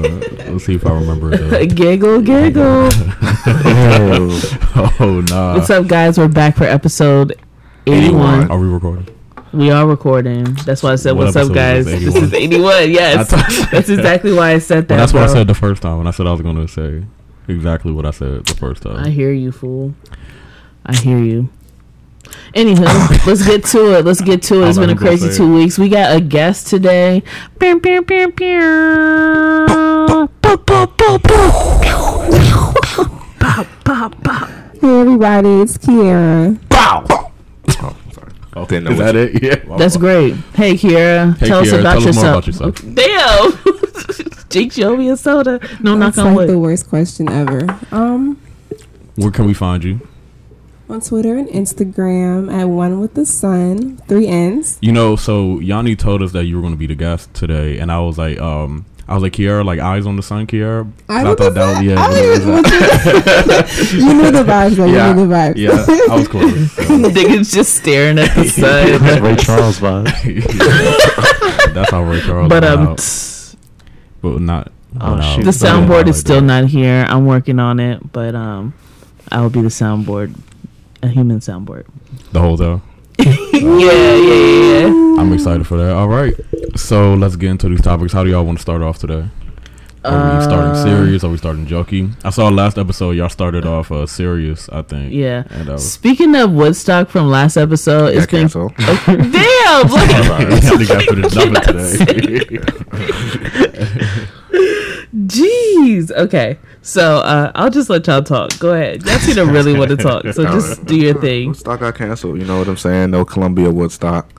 Uh, Let's see if I remember it. though. giggle, giggle. Uh, oh nah. What's up, guys? We're back for episode 81. Are we recording? We are recording. That's why I said, What What's up, episode guys? is this, This is 81. Yes. That's exactly why I said that. Well, that's what I bro. said the first time when I said I was going to say exactly what I said the first time. I hear you, fool. I hear you. Anywho, let's get to it. Let's get to it. It's Hold on, been I'm gonna a crazy say two weeks. We got a guest today. Pew, pew, pew, pew. Pew, pew, pew, pew. Pop, pop, pop. Hey everybody, it's Kiara. Oh, sorry. is Didn't know what that it? Yeah. That's great. Hey, Kiera. Hey, tell us Kiara, about tell us more yourself. about yourself. Damn. Jake showed me a soda. No, knock That's on wood. like the worst question ever. Um, Where can we find you? on Twitter and Instagram at one with the sun, three N's. You know, so Yanni told us that you were going to be the guest today, and I was like, um, I was like, Kiara, like eyes on the sun, Kiara. I And don't thought that was, yeah, I yeah, don't even you knew the vibes, though. Yeah. You knew the vibes. yeah, I was close. so. Niggas just staring at the sun. That's Ray Charles vibe. Yeah. That's how Ray Charles. But went um, out, but not. Oh, went out. shoot. the But yeah, soundboard I is still do. not here. I'm working on it, but um, I will be the soundboard, a human soundboard. the whole though. yeah, yeah, yeah. I'm excited for that. All right, so let's get into these topics. How do y'all want to start off today? Are we starting Uh, serious? Are we starting jokey? I saw last episode y'all started off uh, serious. I think. Yeah. And I was, Speaking of Woodstock from last episode, it's Got been canceled. damn. Like, Sorry, got to the number today. jeez. Okay, so uh, I'll just let y'all talk. Go ahead. Y'all seem to really want to talk, so just do your thing. Woodstock got canceled. You know what I'm saying? No Columbia Woodstock.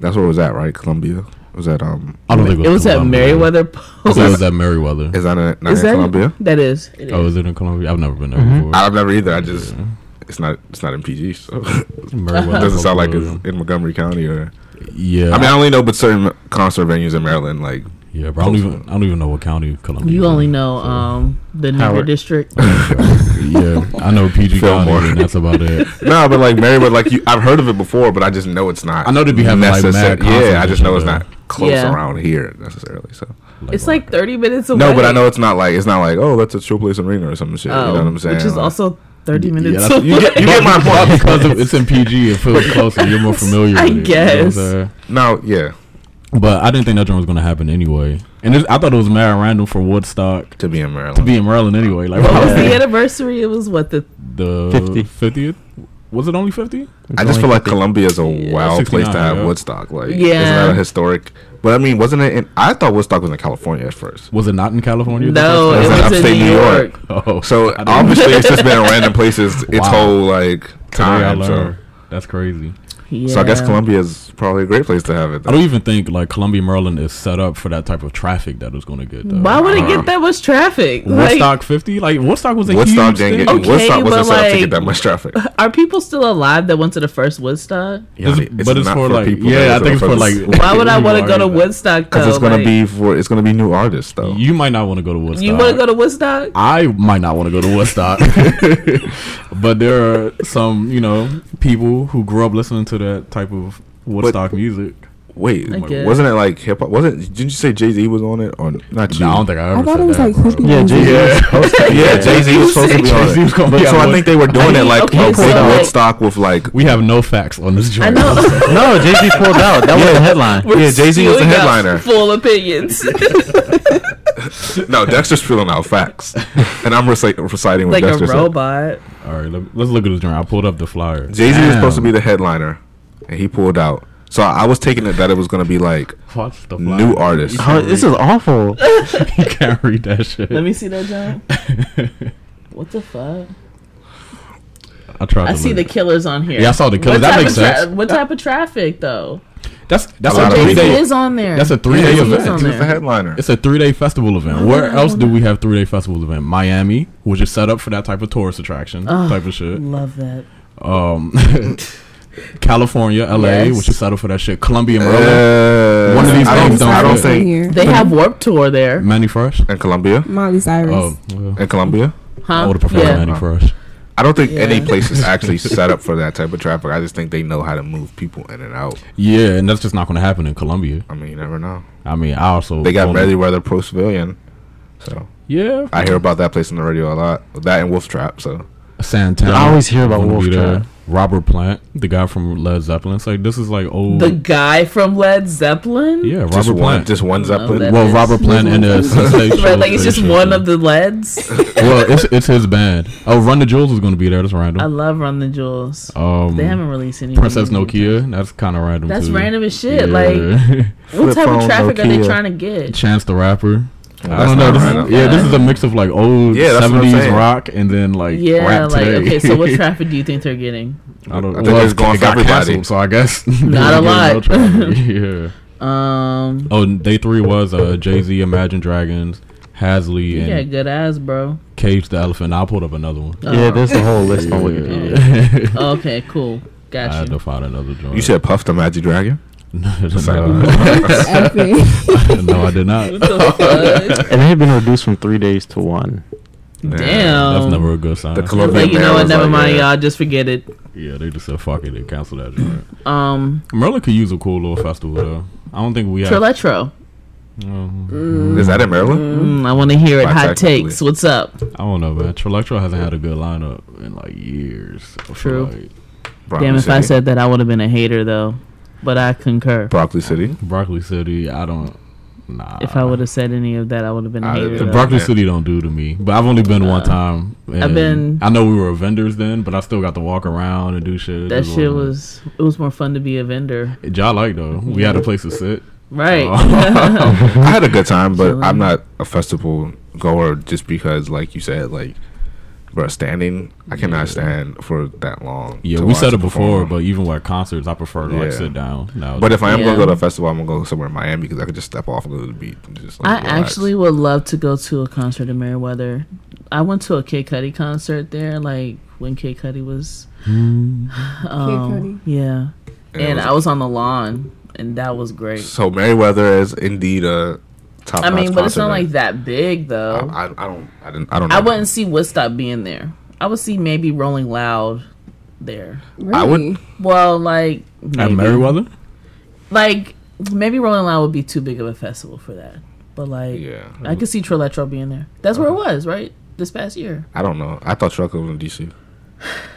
That's where it was at, right? Columbia was that um. I don't think It was at Columbia. Merriweather I Post. thought It was at Merriweather. Is that in, not Is in that Columbia? That is. It is. Oh, is it in Columbia? I've never been there Mm-hmm. before. I've never either. I just it's not it's not in PG, so Oh. it Merriweather doesn't sound like Pavilion. it's in Montgomery County or. Yeah. I mean, I only know but certain concert venues in Maryland, like yeah, but I don't even I don't even know what county Columbia. You is only in, know so. um the Nigger Howard. district. yeah, I know PG County, Fillmore. and that's about it. no, but like Marywood, like you, I've heard of it before, but I just know it's not. I know they be having, like, necessar- mad concerts Yeah, I just and know it's shit, not close Yeah. around here necessarily. So It's like 30 minutes away. Oh, no, but I know it's not like it's not like oh, that's a show place in Ringer or some shit. you know what I'm saying? Which is Like- also 30 minutes that's- away. you get, you get my Well, point. because of, it's in PG, it feels closer. You're more familiar. I with it, you know what I'm guess. saying? No, yeah. but I didn't think that joint was gonna happen anyway. And this, I thought it was mad random for Woodstock To be in Maryland. to be in Maryland anyway. Like What was why the anniversary? It was what the the 50. fiftieth? Was it only fifty? I just feel like Columbia is a Yeah, wild place to 69, have yeah. Woodstock. Like, isn't Yeah. that a historic? But I mean, wasn't it? In, I thought Woodstock was in California at first. Was it not in California? the no, it That's in was in upstate New New York. York. first time? Oh, So I didn't- obviously, it's just been in random places. Its Wow. whole like today I time. So, learned. That's crazy. Yeah. so I guess Columbia is probably a great place to have it. I Though. don't even think like Columbia, Maryland is set up for that type of traffic that it's gonna get. Though. Why would it Uh-huh. get that much traffic? Like, Woodstock fifty? Like Woodstock was a Woodstock huge didn't thing. get. Okay, Woodstock but, wasn't set up to like- get that much traffic. are people still alive that went to the first Woodstock? It's- Yeah, but it's not for like people, yeah, I think it's for the- like. Why would I people want to who go to already- Woodstock? Because though? it's gonna Oh, Like, be for it's gonna be new artists though. You might not want to go to Woodstock. You want to go to Woodstock? I might not want to go to Woodstock, but there are some you know people who grew up listening to that type of Woodstock music. Wait, I guess. wasn't it like hip hop? Wasn't didn't you say Jay Z was on it or not? You? No, I don't think I ever I thought said it was that, like bro. hippie Yeah, music. Jay-Z was supposed to Yeah, Jay Z was supposed to be on Jay-Z was it. gonna be But- so on I think they were doing I- it like okay, a so big like- Woodstock with like We have no facts on this I joint. know. No, Jay Z pulled out. That was the headline. We're Yeah, Jay-Z was the spewing out headliner. Full opinions. no Dexter's filling out facts, and I'm reci- reciting what like a Dexter said. robot. All right, let, let's look at this joint. I pulled up the flyer. Jay Z was supposed to be the headliner, and he pulled out. So I was taking it that it was gonna be like What's the flyer? new artists. Huh, Oh, this is awful. you can't read that shit. Let me see that, John. what the fuck? I tried. I to see the look. killers on here. Yeah, I saw the killers. What That type makes of tra- sense. What type of traffic though? That's that's A a lot of three people. It day. is on there. That's a three day Jay-Z is event. on He was there. the headliner. It's a three day festival event. Where did Oh, I else do wanna- we have three day festival event? Miami, which is set up for that type of tourist attraction, Ah. type of shit. Love that. Um, California, LA, Yes. which is set up for that shit. Columbia, Maryland, Uh, One of these I names don't, don't I don't fit. think Here. They have Warp Tour there, Manny Fresh. in Columbia. Miley Cyrus. Oh, well, In Columbia, I huh? would have preferred Uh, Yeah. Manny Fresh. I don't think any Yeah. place is actually set up for that type of traffic. I just think they know how to move people in and out. Yeah, and that's just not going to happen in Colombia. I mean, you never know. I mean, I also They got only- Merriweather Pro Civilian. So Yeah, I hear about that place on the radio a lot. That and Wolf Trap. So Santana. I always hear about wanna Wolf be there. Trap. Robert Plant, the guy from Led Zeppelin. It's like this is like old. The guy from Led Zeppelin. yeah, just Robert one, Plant. just one No, Zeppelin. that- well, is- Robert Plant and the Sensational. Right, like it's just Sensation. one of the Leds. Well, it's it's his band. Oh, Run the Jewels is going to be there. That's I random. love Run the Jewels. Um, They haven't released any. Princess new- Nokia. That's kind of random. That's too. random as Yeah. shit. Like, what Flip type of phone, traffic are they Nokia. trying to get? Chance the Rapper. Well, I that's don't know. not This random. is, yeah, this is a mix of like old Yeah, that's what I'm seventies saying. rock and then like Yeah, rap like today. okay. So what traffic do you think they're getting? I don't I think well, it's going it for got everybody. canceled, so I guess Not a lot. yeah. Um, Oh, and day three was uh, Jay Z, Imagine Dragons, Hasley, you got and good ass, bro. Cage the Elephant. I pulled up another one. Yeah, there's a whole list on Wikipedia. Yeah. Okay, cool. I Got had to you. find another joint. You said Puff the Magic Dragon. no, Epic. no, I did not. What the fuck? And they have been reduced from three days to one. Yeah. Damn. That's never a good sign. The I was club- like, you know what? Maryland's Never like, mind, yeah. y'all. Just forget it. Yeah, they just said fuck it and cancel that joint. Um, Merlin could use a cool little festival though. I don't think we have. Triletro. Um, Is that in Maryland? Mm, I want to hear it. Why Hot technically? takes. What's up? I don't know, man. Trilectro hasn't had a good lineup in like years. I feel True. Like Broccoli Damn, if I City. said that, I would have been a hater though. But I concur. Broccoli City. Broccoli City, I don't. Nah. If I would have said any of that, I would have been a I- hater. The though. Broccoli City don't do to me, but I've only been one time. and I've been- I know we were vendors then, but I still got to walk around and do shit. that Just shit wasn't- was. It was more fun to be a vendor, Y'all like though. We had a place to sit. right? I had a good time, but Chilling. I'm not a festival goer just because, like you said, like, bro, standing, I cannot stand for that long. Yeah, to we watch said a it before, performer. but even like concerts, I prefer to like Yeah. sit down. Now, But if I am Yeah. gonna go to a festival, I'm gonna go somewhere in Miami because I could just step off and go to the beach. And just, like, I relax. actually would love to go to a concert in Meriwether. I went to a Kid Cudi concert there, like when Kid Cudi was. Um, Yeah, And Hmm. it and was- I was on the lawn, and that was great. so Meriwether is indeed a top. I mean, but it's not like that big though. I, I, I don't. I didn't. I don't. Know. I wouldn't see Woodstock being there. I would see maybe Rolling Loud there. Really? I would- Well, like at maybe. Meriwether, like maybe Rolling Loud would be too big of a festival for that. But like, Yeah. I Mm-hmm. could see Triletro being there. That's where it was, right? This past year. I don't know. I thought Trucker was in DC.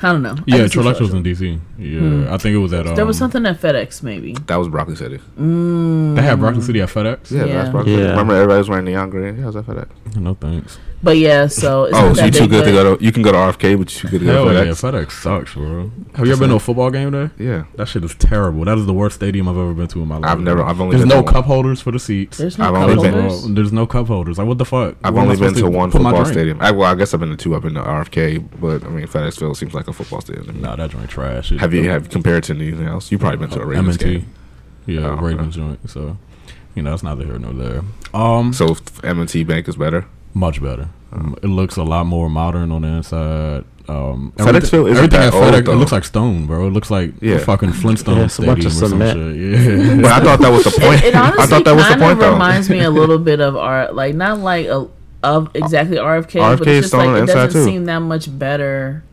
I don't know. I yeah, could see Trilectro was in DC. Yeah, I think it was at. Um, There was something at FedEx maybe. Mm. That was Broccoli City. They had Broccoli City at FedEx. Yeah, Yeah. that's Broccoli. City. Yeah. Remember everybody was wearing neon green. Yeah, I was at that. No thanks. But yeah, so it's Oh, not so you that too big, good but- to go to? You can go to RFK, but you too good to go Hell to yeah, FedEx. FedEx sucks, bro. Have you ever been to a football game there? Yeah. That shit is terrible. That is the worst stadium I've ever been to in my life. I've never. I've only. There's been no to one. cup holders for the seats. There's no I've cup only been- holders. There's no cup holders. Like what the fuck? I've Where am I only been supposed to one put my football drink? stadium. I, well, I guess I've been to two. I've been to RFK, but I mean FedEx Field seems like a football stadium. to me. Nah, that joint trash. It- Have you have compared to anything else? You probably been to a Ravens M&T. game. Yeah, Oh, okay. Ravens joint. So, you know, that's neither here nor there. Um, So if M&T Bank is better. much better. Um, it looks a lot more modern on the inside. Um, FedEx everything- Field isn't everything that at old, FedEx, though. it looks like stone, bro. It looks like Yeah. the fucking Flintstone Yeah, it's a stadium bunch or of some cement. shit. But Yeah. I thought that was the point. It, it honestly I thought that was the kind point of though. reminds me a little bit of R, like not like a, of exactly RFK, but RFK it's is just thrown on like the it inside, doesn't too. seem that much better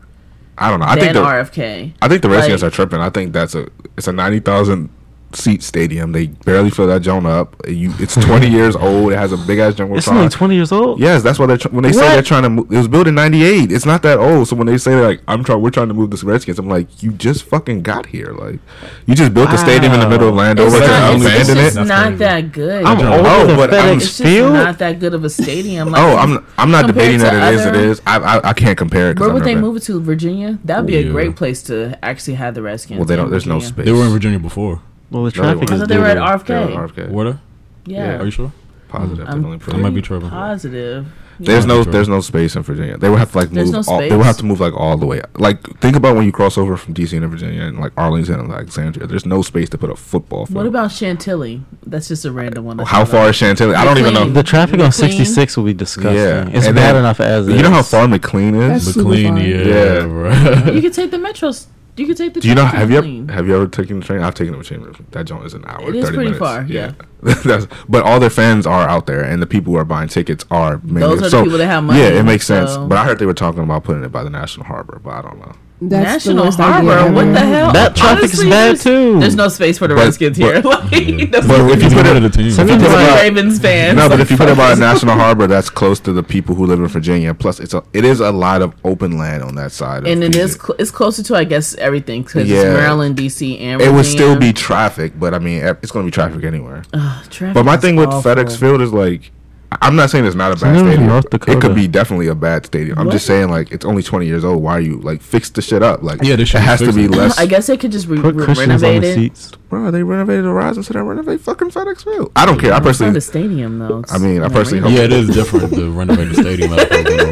I don't know. I think than the RFK. I think the Redskins like- are tripping. I think that's a it's a ninety thousand seat stadium. They barely fill that joint up. You, it's twenty years old. It has a big ass jungle It's only sign. 20 years old. Yes, that's why they're tr- when they say What? they're trying to. Mo- it was built in '98. It's not that old. So when they say like I'm trying, we're trying to move this Redskins. I'm like, you just fucking got here. Like, you just built a stadium in the middle of It's Landover to not, it's, abandon it's abandon just it. That's not crazy. that good. I'm don't old, know. Older Oh, but than I'm, FedEx. it's just Field? not that good of a stadium. Like, oh, I'm I'm compared not debating to that it is. It other- is. I I, I can't compare it. 'cause Where I've would never they been. move it to? Virginia? That'd be Yeah. a great place to actually have the Redskins. Well, they in don't. There's no Virginia. space. they were in Virginia before. Well, the No, they traffic is weren't. I thought they were at due to- They were in RFK. RFK. Were they? Yeah, Oh, Are you sure? Positive. they Um, I'm only put- I might be pretty tripping. positive. There's Yeah. no there's no space in Virginia. They would have to like There's move. no all, they would space. have to move like all the way. Like think about when you cross over from DC into Virginia and like Arlington and Alexandria. There's no space to put a football field. What about Chantilly? That's just a random one. I how thought far of. is Chantilly? I don't even know. The traffic on Clean. 66 will be disgusting. Yeah. It's And bad then- enough as You know how is. far McLean is? That's- McLean, Super yeah, fine. Yeah. bro. You could take the metro. You could take the. Do you know? train to Have you McLean. ever, have you ever taken the train? I've taken the train. That joint is an hour. It is 30 pretty minutes. far, That's- but all their fans are out there, and the people who are buying tickets are. Mainly, Those are the people that have money, Yeah, it makes sense. so- But I heard they were talking about putting it by the National Harbor, but I don't know. That's the National worst Harbor, idea. what the ever. hell? That traffic's Honestly, bad there's- too. There's no space for the But- Redskins here. Like, that's But what if you He's put one of it, the team. Some people Think are- about- Ravens fans. no, but if you put it by about a national harbor, that's close to the people who live in Virginia. Plus, it's a it is a lot of open land on that side. Of and it Fiji. is cl- it's closer to I guess everything because it's Yeah. Maryland, DC, and It would still Virginia. be traffic, but I mean, eh, it's going to be traffic anywhere. Ugh, traffic But my is thing with awful. FedEx Field is like, I- I'm not saying it's not a not bad even stadium. North It Dakota. could be definitely a bad stadium. I'm just saying like it's only 20 years old. Why are you like fix the shit up? Like Yeah, they it should has to fix be it. less. I guess they could just re- Put re- cushions on renovate the it. seats. Bro, they renovated Horizon Center. Renovate fucking FedEx Field. I don't care. I It's not personally. a stadium though. It's I mean, I an personally arena. Yeah, it is different to renovate the stadium. as opposed to an I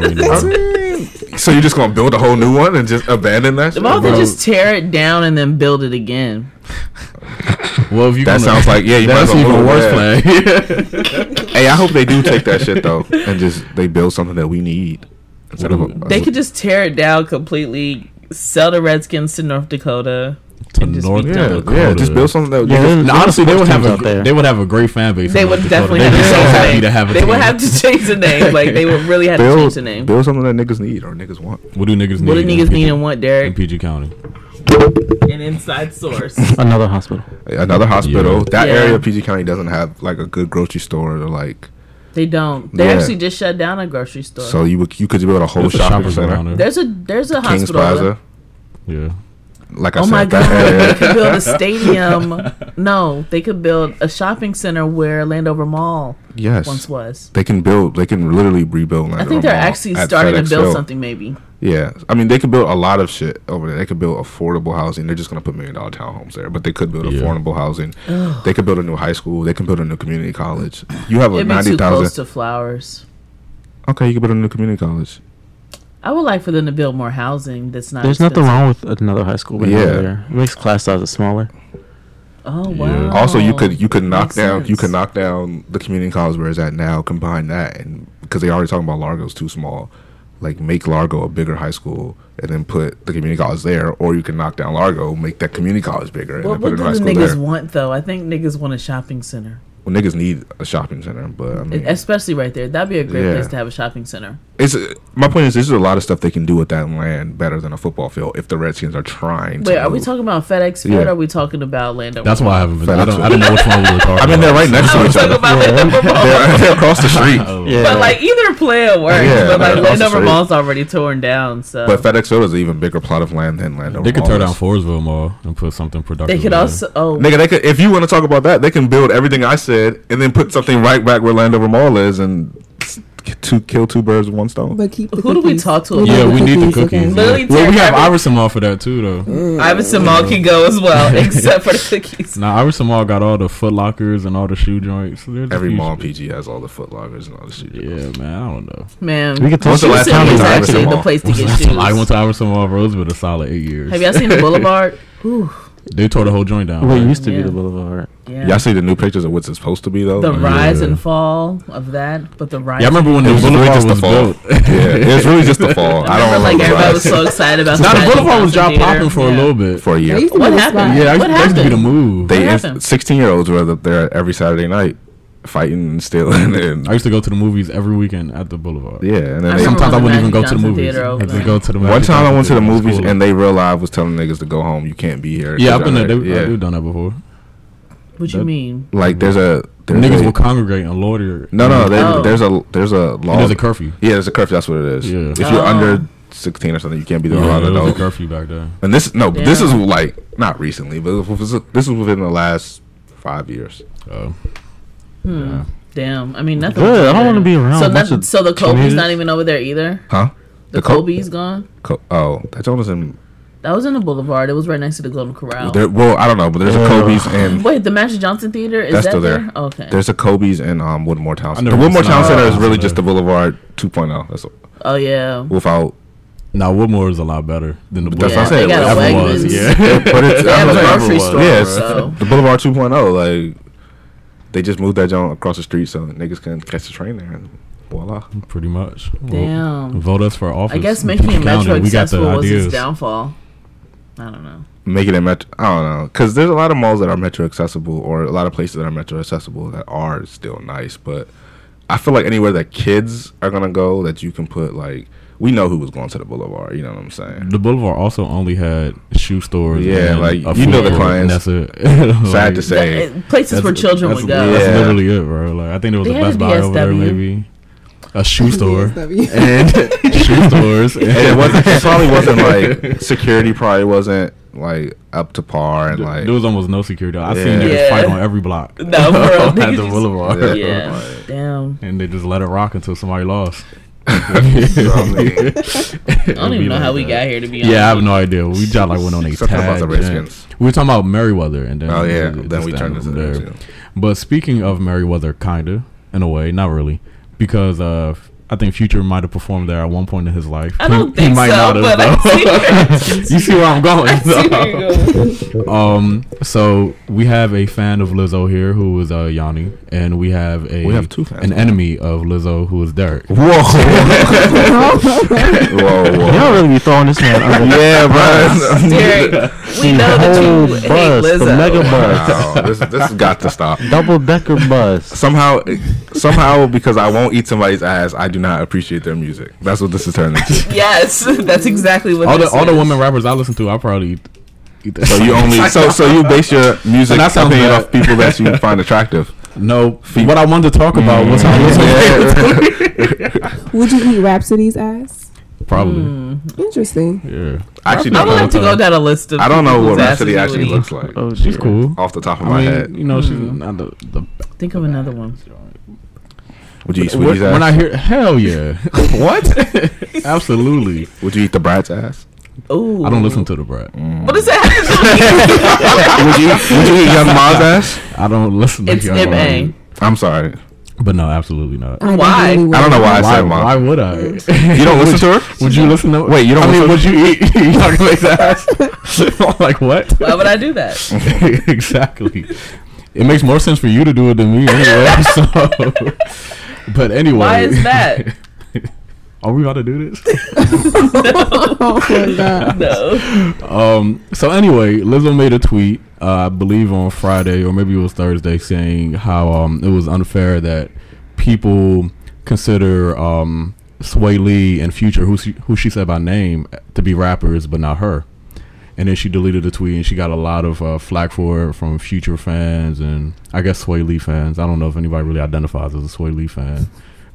arena. mean, so you're just gonna build a whole new one and just abandon that? Shit? Why don't they Bro. just tear it down and then build it again? Well, if you That sounds like yeah. You might that's as well even move worse it. plan. Hey, I hope they do take that shit though, and just they build something that we need instead of a, They could just tear it down completely, sell the Redskins to North Dakota. to And just North be yeah, Dakota. yeah, just build something that Yeah, you there's- No, there's honestly, they would sports have teams a out there. they would have a great fan base. in They North Dakota. would definitely They'd have be to so change the happy name. to have a They team. would have to change the name. Like they would really have to change the build, name. build something that niggas need or niggas want. What do niggas need? What do in niggas PG need and want, in Derek? PG County? An inside source. Another hospital. Another hospital. Yeah. That Yeah. area of PG County doesn't have like a good grocery store or like They don't. They Yeah. actually just shut down a grocery store. so you would you could build a whole There's shopping shoppers around there. center. there's a there's a Kings hospital. Plaza. Yeah, Like I Oh said, my that god, they area. could build a stadium. No, they could build a shopping center where Landover Mall Yes. once was. They can build. They can literally rebuild. I think they're actually starting to build something maybe. Yeah, I mean they could build a lot of shit over there. They could build affordable housing. They're just gonna put million dollar townhomes there, but they could build Yeah. affordable housing. They could build a new high school. They can build a new community college. You have a It'd be ninety too close thousand. to flowers. Okay, you could build a new community college. I would like for them to build more housing that's not There's nothing expensive. wrong with another high school being Yeah. over there. It makes class sizes smaller. Oh Yeah. wow. also, you could you could knock Makes down you could sense. knock down the community college where it's at now. Combine that and because they already talking about Largo's too small, like make Largo a bigger high school and then put the community college there. Or you can knock down Largo, make that community college bigger, What, and what then put do a new high the school niggas there. want though? I think niggas want a shopping center, e, Well, niggas need a shopping center, but I mean, especially right there. That'd be a great Mm. Yeah. place to have a shopping center. It's my point is there's a lot of stuff they can do with that land better than a football field if the Redskins are trying. Wait, to are we move. talking about FedEx Field? Yeah. Or are we talking about Landover? that's why I haven't been. I don't, I don't know which one we were talking. I mean, they're about. Oh. right next I to was each talking other. about Landover Mall. They're, they're across the street. Yeah. But like either play or works. Yeah, but like they're across the Landover street. Mall's already torn down, so But FedEx Field is an even bigger plot of land than Landover. They could Mall tear is. down Forestville Mall and put something productive. they could in there. also oh Nigga, they could. If you want to talk about that, they can build everything I said and then put something right back where Landover Mall is and s- two kill two birds with one stone. But keep the Who do we cookies. talk to need Yeah, we need the okay? cookies. Literally Well, we tear have every- Mm. Iverson Mall for that too, though. Iverson Mall can go as well, except for the cookies. Now Iverson Mall got all the Foot Lockers and all the shoe joints. There's a Every few mall in shit. PG has all the Foot Lockers and all the shit. Yeah, man, I don't know. Man, We could talk- When's the Shoe last City time you is went to actually Iverson the Mall? place to When's the get last shoes. time I went to Iverson Mall Roseville a solid eight years. Have y'all seen the Boulevard? Ooh, They tore the whole joint Oh, down. Well, it right? used to Yeah. be the Boulevard. yeah. Y'all see the new pictures of what's it's supposed to be though. the Like, rise Yeah. and fall of that, but the rise. Yeah, I remember when It the was really boulevard just the was fall. built. yeah, it's really just the fall. I don't Remember, like remember. the everybody rise. was so excited about. Now the Magic boulevard was Johnson job Theater. popping for a Yeah. little bit. for a year. That used to What be the happened? spot. Yeah, What that used to be the happened? move. They What happened? sixteen year olds were up there every Saturday night fighting and stealing and I used to go to the movies every weekend at the boulevard. yeah. And I then they, remember Sometimes I when wouldn't the even go Magic to the Johnson movies. Theater I over just there. go to the one Magic time I Johnson went to the Theater movies school. and they realized was telling niggas to go home. You can't be here. yeah, I've been there. They, Yeah. I've done that before. What you That- mean? Like there's a there's Niggas a, will congregate and loiter. no no And they, Oh. there's a there's a law. there's a curfew. yeah, there's a curfew. That's what it is. Yeah. If you're Oh. under sixteen or something, you can't be there Yeah, around there was a adults. curfew back then. And this no, this Yeah. is like not recently, but this is this is within the last five years. Oh. Hmm. Yeah. Damn. I mean, nothing. Good. was I don't there. wanna be around So, a bunch nothing, of so the Kobe's not teenagers. even over there either. Huh? The, The Col- Kobe's gone. Co- oh, that joint was in. That was in the Boulevard. It was right next to the Golden Corral. There, well, I don't know, but there's a Yeah. Kobe's and Wait, the Magic Johnson Theater is That's that still there. there? Okay. There's a Kobe's and um, Woodmore Town I never Center. The Woodmore seen Town that. Center is Oh. really just the Boulevard 2.0. That's oh yeah. without. Now Woodmore is a lot better than the That's Boulevard. what they I'm saying. got a Ever Wegmans. was, yeah. But it's, They have I'm a saying- grocery store. yeah, it's so. the Boulevard 2.0. Like they just moved that joint across the street so niggas can catch the train there. And voila. Pretty much. Well, Damn. Vote us for office. I guess in making it Peach County. Metro We got the accessible was its ideas. downfall. I don't know. Make it a metro. I don't know, because there's a lot of malls that are metro accessible, or a lot of places that are metro accessible that are still nice. But I feel like anywhere that kids are gonna go, that you can put like we know who was going to the Boulevard. You know what I'm saying? The Boulevard also only had shoe stores. Yeah, and like, a you know food court, the and clients. That's it. Sad to say, Th- places that's- where children that's, would go. That's Yeah. literally it, bro. Like I think there was They a had a Best Buy over there, DSW. maybe a shoe store DSW. and shoe stores. And and it wasn't. It probably wasn't like security. Probably wasn't like up to par and like. there was almost no security. I Yeah. seen niggas fight Yeah. on every block. No, bro, at niggas the used- Boulevard. Yeah. Yeah, damn. And they just let it rock until somebody lost. I don't even know how we got here to be honest. Yeah, I have no idea. We just like went on a Something about the tangent. Redskins. We were talking about Merriweather, and then Oh yeah, it- it then just we turned ended into from the there. But speaking of Merriweather, kinda in a way, not really, because uh, I think Future might have performed there at one point in his life. I don't think so, but I see where- you see where I'm going. See where though. you're going. Um, so we have a fan of Lizzo here who is uh, Yanni, and we have a We have two fans an now. enemy of Lizzo who is Derek. Whoa, Y'all whoa. really be throwing this man under the yeah, bro. Derek, we know that whole you hate bus, Lizzo. the mega bus, Wow, this this has got to stop. double decker bus. Somehow, somehow, because I won't eat somebody's ass, I do not appreciate their music. That's what this is turning into. yes, that's exactly what. all the this all the is. women rappers I listen to, I probably eat, eat that. So you only so so you base your music And that sounds opinion bad. off people that you find attractive. no. What I wanted to talk about was how Lizzo Yeah. Would you eat Rhapsody's ass? probably. Mm. Interesting. Yeah, I actually Hmm. I would don't like to know. go down a list of. I don't know people's what asses Rhapsody you would actually eat. looks like Oh, she's dear. cool. off the top of I my mean, head. you know, she's not the, the Hmm. Think of another one. Would you eat when, Sweetie's when I ass? hear hell yeah, what? Absolutely. Would you eat the brat's ass? Ooh, I don't listen to the brat. Mm. What does that have to do? with you? Would you would you eat Young Ma's ass? I don't listen to It's Young Nip Ma's. Ang. I'm sorry. But no, absolutely not. I Why? definitely would. I don't know why I Why, said Ma. why would I? You You don't listen to her? Would you listen to? Wait, you don't I mean, would listen- you eat Young Ma's ass? like what? Why would I do that? exactly. It makes more sense for you to do it than me anyway. so, but anyway, Why is that? Are we about to do this? Oh my god. No. Um, so anyway, Lizzo made a tweet, uh, I believe on Friday or maybe it was Thursday, saying how um, it was unfair that people consider um, Sway Lee and Future, who she, who she said by name, to be rappers, but not her. And then she deleted the tweet, and she got a lot of uh, flack for it from Future fans and I guess Sway Lee fans. I don't know if anybody really identifies as a Sway Lee fan,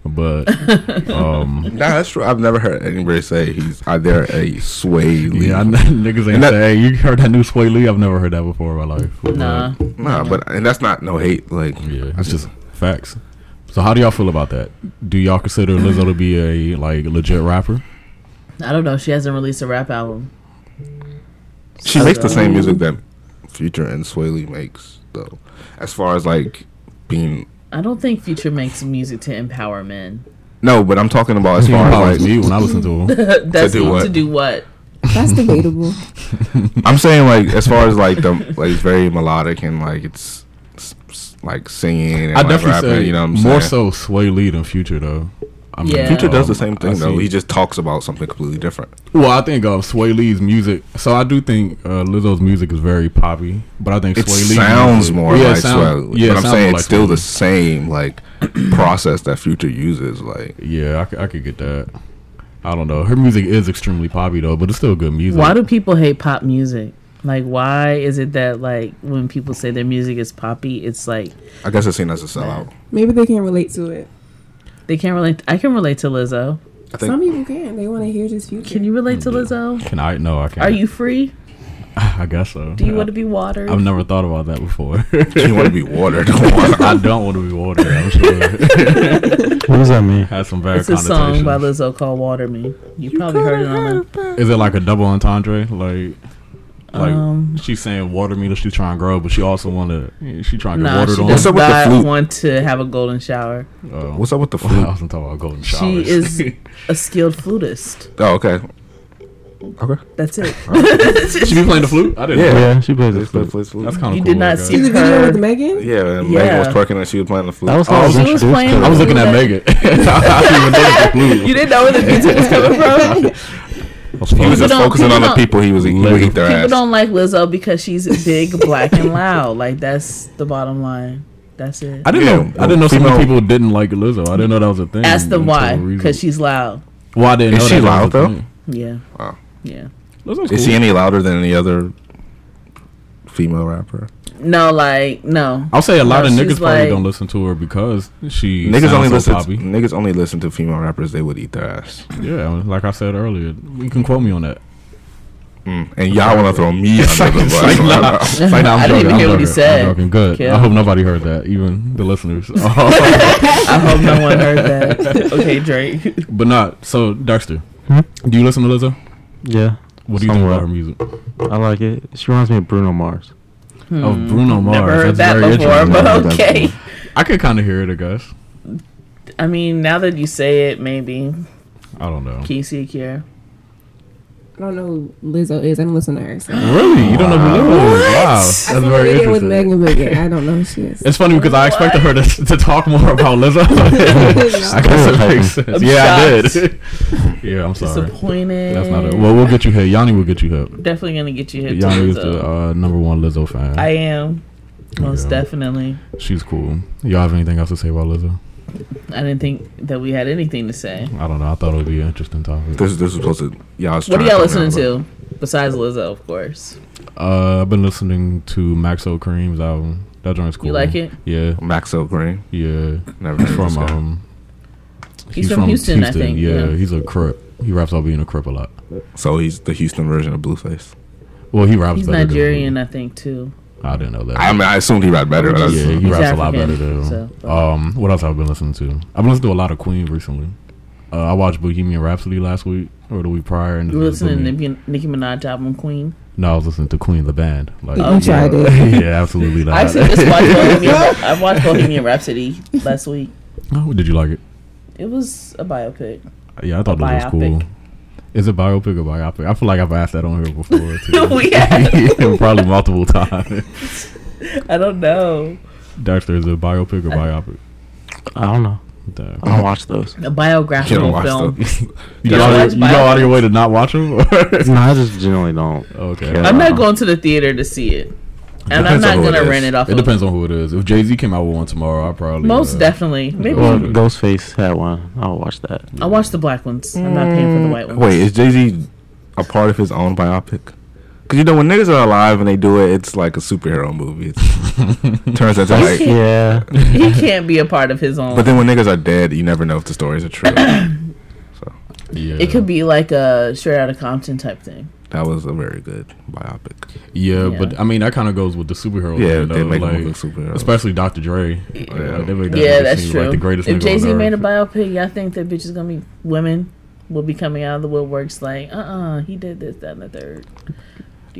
but um, Nah, that's true. I've never heard anybody say he's either a sway lead. Yeah, I know, niggas ain't And that- say, hey, you heard that new Sway Lee? I've never heard that before in my life. But, Nah. Nah, but and that's not no hate. Like Yeah, I it's just facts. So how do y'all feel about that? Do y'all consider Lizzo to be a like legit rapper? I don't know. She hasn't released a rap album. She Okay. makes the same music that Future and Sway Lee makes, though. As far as like being I don't think Future makes music to empower men. no, but I'm talking about as He far empowers as like me when I listen to him. That's do what? to do what? That's debatable. I'm saying like as far as like the like it's very melodic and like it's, s- s- like singing. And, I like, definitely rapping, say you know what I'm more so saying? Sway Lee than Future though. I Yeah. Future does um, the same I thing though. see. He just talks about something completely different. well, I think uh, Sway Lee's music. So I do think uh, Lizzo's music is very poppy, but I think It Sway Lee sounds more yeah, it like sound- Sway. yeah, it but I'm sounds saying like it's still Sway the same like process that Future uses. Like Yeah, I, c- I could get that. I don't know. Her music is extremely poppy though, but it's still good music. Why do people hate pop music? Like, why is it that like when people say their music is poppy, it's like I guess it's seen as a sellout. Maybe they can relate to it. they can't relate? I can relate to Lizzo. I think Some people can. They want to hear this future. Can you relate to Lizzo? Can I? No, I can't. Are you free? I guess so. Do you want to be watered? I've never thought about that before. you want to be watered. I don't want to be watered. I'm sure it What does that mean? has some bad It's a connotations. song by Lizzo called "Water Me." You, probably heard it on. the- Is it like a double entendre? Like, like Um, she's saying water me that she's trying to grow, but she also want to. She trying to get Nah, watered she on. does What's up with the not flute? want to have a golden shower. Oh. What's up with the I flute? was talking about golden She showers. is a skilled flutist. Oh, okay. Okay. That's it. she be playing the flute. I didn't. Yeah. know. Oh, Yeah, she plays the That's flute. That's kind of. You cool, did not I guess. see See the video her. with Megan? Yeah, and Megan Yeah. was twerking and she was playing the flute. That was Oh, how I was she was introduced playing to I her. was looking at Megan. Oh. I don't even You didn't know where the music was coming from. know the he was flute. just don't- focusing people on the don't- people he was eating. He would eat their People ass. don't like Lizzo because she's big, black, and loud. Like that's the bottom line. That's it. I didn't Yeah, know. I didn't know so many female- people didn't like Lizzo. I didn't know that was a thing. Ask them until why, recently. because she's loud. Well, I didn't Is know she that loud, was a though? thing. Yeah. Wow. Yeah. That's not Is cool. she any louder than any other female rapper? No, like no. I'll say a lot No, of she's niggas probably like- don't listen to her because she Niggas only sounds so listen. poppy. niggas only listen to female rappers. They would eat their ass. Yeah, like I said earlier, you can quote me on that. Mm. And y'all want to throw me under the bus. It's like, nah. Wow. Like, nah, I'm I didn't joking, even I'm hear what joking, I'm he said. joking. Good. Kill. I hope nobody heard that, even the listeners. I hope no one heard that. Okay, Drake. but not so, Darkster. Hmm? Do you listen to Lizzo? Yeah, What do you Somewhat. think about her music? I like it. She reminds me of Bruno Mars. Of Oh, Bruno Mars. Hmm. Never heard That's that very before, interesting. Never heard but that okay. I could kind of hear it, I guess. I mean, now that you say it, maybe I don't know. Kisi Kier. I don't know who Lizzo is. I don't listen to her. So. Really? You don't know who Lizzo is? Wow. That's I saw a very video with interesting. Megan, but yeah, I don't know who she is. It's funny because I expected her to, to talk more about Lizzo. I guess it makes sense. I'm yeah, I did. yeah, I'm sorry. Disappointed. That's not it. Well, we'll get you hit. Yanni will get you hit. Definitely gonna get you hit. to Yanni is Lizzo. the uh, number one Lizzo fan. I am. Most Yeah. definitely. She's cool. Y'all have anything else to say about Lizzo? I didn't think that we had anything to say. I don't know. I thought it would be an interesting topic. This this was supposed to. Y'all was What are trying y'all throw me listening under the to? Besides Lizzo, of course. Uh, I've been listening to Maxo Cream's album. That joint's cool. You like it? Yeah, bus. Maxo Green. yeah. Never From heard from this guy. um, He's from Houston, I think, Yeah, yeah. he's a crip. He raps about being a crip a lot. So he's the Houston version of Blueface. Well, he raps. He's better than- Nigerian, I think, too. I didn't know that. I mean, I assumed he rap better. but I was- yeah, he He's raps a lot better African, though. so- Um, what else I've been listening to? I've been listening to a lot of Queen recently. Uh, I watched Bohemian Rhapsody last week or the week prior, and You listening to Bohemian- Nicki, Nicki Minaj album Queen? no, I was listening to Queen the band. Like, Oh, You tried it. yeah, absolutely I not. actually just watched Bohemian, I watched Bohemian Rhapsody last week. Oh, did you like it? It was a biopic. Yeah, I thought that was cool. Biopic. Is it biopic or biopic? I feel like I've asked that on here before too. we had, Yeah, Probably multiple times. I don't know. Dexter, is it biopic or biopic? I don't know. Damn. I don't watch those. A You don't biographical watch film. them. You, Yeah, go out that's of, you go out of your way to not watch them? no, I just generally don't. okay. Yeah. I'm not going to the theater to see it. And I'm Depends on not who it going to is. rent it off It of depends on who it is. If Jay Z came out with one tomorrow, I probably Most uh, definitely. Maybe Well, Ghostface had one. I'll watch that. I'll watch the black ones. I'm not paying for the white ones. Wait, is Jay Z a part of his own biopic? Because you know when niggas are alive and they do it, it's like a superhero movie. It turns out to like. Yeah, he can't be a part of his own. But then when niggas are dead, you never know if the stories are true. that Yeah. it could be like a straight out of Compton type thing. was a very good biopic. Yeah, Yeah. but I mean that kind of goes with the superhero. Yeah, thing, they though, make them like, look like superheroes. especially Dr. Dre. Yeah. Like, they make that yeah, nigga that's seem true. Like the greatest if nigga on Jay Z made a earth. biopic, I think that bitch is gonna be women will be coming out of the woodworks like, uh, uh he did this, that, and the third.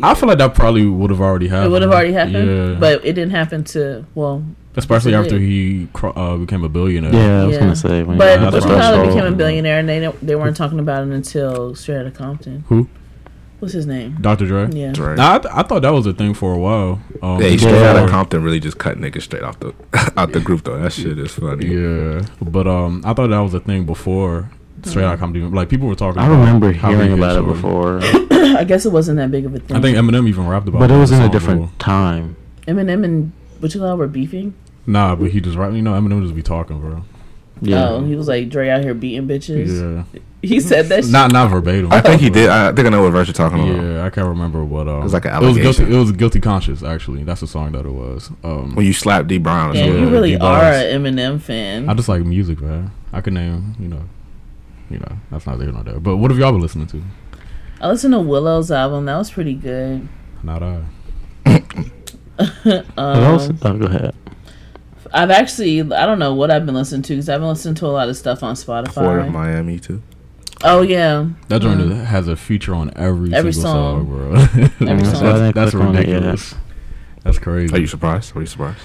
I feel like that probably would have already happened. It would have already happened, Yeah. but it didn't happen to well. especially Yes, it after did. he cro- uh, became a billionaire. yeah. I was Yeah. gonna say. When But that's what you what I call it saw. became a billionaire, and they don't, they weren't talking about it until straight out of Compton. Who? What's his name? Dr. Dre. Yeah, Right. Nah, I, th- I thought that was a thing for a while. Um, Oh, yeah, he's straight Yeah. out of Compton really just cut niggas straight out the out the group though. That shit is funny. yeah, but um, I thought that was a thing before Straight Mm. Outta Compton. Like people were talking. I about remember how he hearing hit about it Shorty. before, I guess it wasn't that big of a thing. I think Eminem even rapped about. but it was in a song different before. time. Oh, Eminem and what you call it were beefing. Nah, but he just rap. You know, Eminem just be talking, bro. Yeah, Oh, he was like Dre out here beating bitches. Yeah, He said that. shit. not not verbatim. I think he did. I think I know what verse you're talking about. Yeah, I can't remember what. Um, was like an It was guilty. allegation. It was guilty conscious. Actually, that's the song that it was. Um, When you slap D Brown. Or Damn, something. Yeah, you really D-Box. are an Eminem fan. I just like music, man. I could name, you know, you know, that's not there nor there. But what have y'all been listening to? I listened to Willow's album. That was pretty good. Not I. What else? Um, Oh, go ahead. I've actually, I don't know what I've been listening to because I've been listening to a lot of stuff on Port of Spotify. Miami too. Oh, yeah. Mm. That joint has a feature on every, Uh, Every single song. song, bro. Every that's song. I didn't that's click on it yet. ridiculous. That's crazy. Are you surprised? Are you surprised?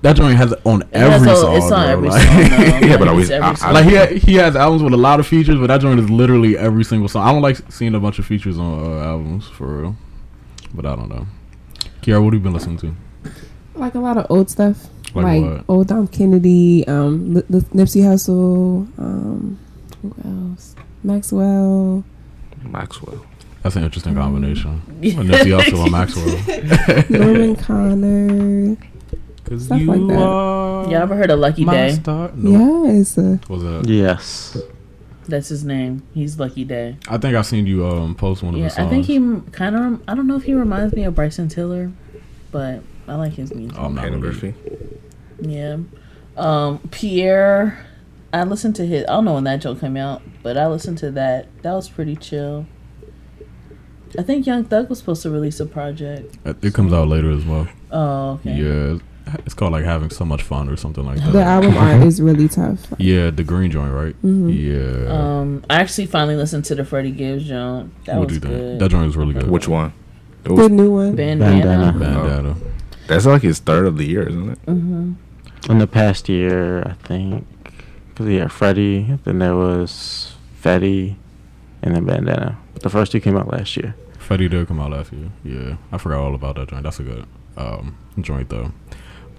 that joint has it on It has every all- song. It's on bro. every like, song. though. Yeah, but I Like, it's was- every I- I- song. like, he ha- he has albums with a lot of features, but that joint is literally every single song. I don't like seeing a bunch of features on uh, albums for real, but I don't know. Kiara, what have you been listening to? Like a lot of old stuff, Like like, what? old Dom Kennedy, um, L- L- Nipsey Hussle, um, who else? Maxwell. Maxwell. That's an interesting combination. Yeah. And Nipsey Hussle and Maxwell. Norman Connor. Cause Stuff like that. are Y'all ever heard of Lucky Day? uh, star. No. Yeah, it's a Was it? Yes. That's his name. He's Lucky Day. I think I seen you um post one of Yeah, his songs. I think he kind of. I don't know if he reminds me of Bryson Tiller, but I like his music. Oh, I'm not Hannah gonna be- Griffey. Yeah. Um, Pierre, I listened to his. I don't know when that joke came out, but I listened to that. That was pretty chill. I think Young Thug was supposed to release a project. Uh, It comes out later as well. Oh, okay. Yeah, it's- it's called like having so much fun or something like The that. album Mm-hmm. art is really tough. yeah, the green joint, right? Yeah. Um, I actually finally listened to the Freddie Gibbs joint. That What do was you think? good. That joint was really good. Which one? The new one. Bandana. Bandana. Bandana. That's like his third of the year, isn't it? Mm-hmm. In the past year, I think, because he had Freddie, then there was Fetty, and then Bandana. But the first two came out last year. Fetty did come out last year. Yeah, I forgot all about that joint. That's a good um, joint though.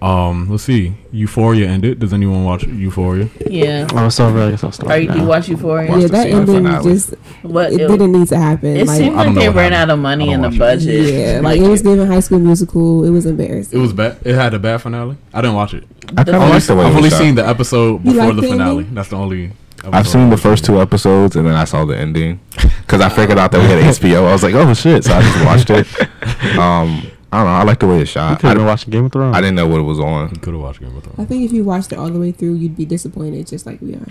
Um, let's see. Euphoria ended. Does anyone watch Euphoria? Yeah. Oh, so I guess I'll start Are you, do you now. watch Euphoria? Watch yeah, the that season ending finale. just What? it, It, didn't need to happen. it like, seemed I like don't they know what ran out happened. of money I in don't the watch budget. yeah, like it was giving High School Musical. It was embarrassing. It was bad. It had a bad finale. I didn't watch it. I The- like the way I've it was only shot. seen the episode You before like the the finale. ending? That's the only. I've episode seen the I've first two episodes and then I saw the ending because I figured out that we had HBO. I was like, oh shit! So I just watched it. Um, I don't know. I like the way it's You shot. could I have been didn't, watching Game of Thrones. I didn't know what it was on. You could have watched Game of I Thrones. think if you watched it all the way through, you'd be disappointed, just like we are.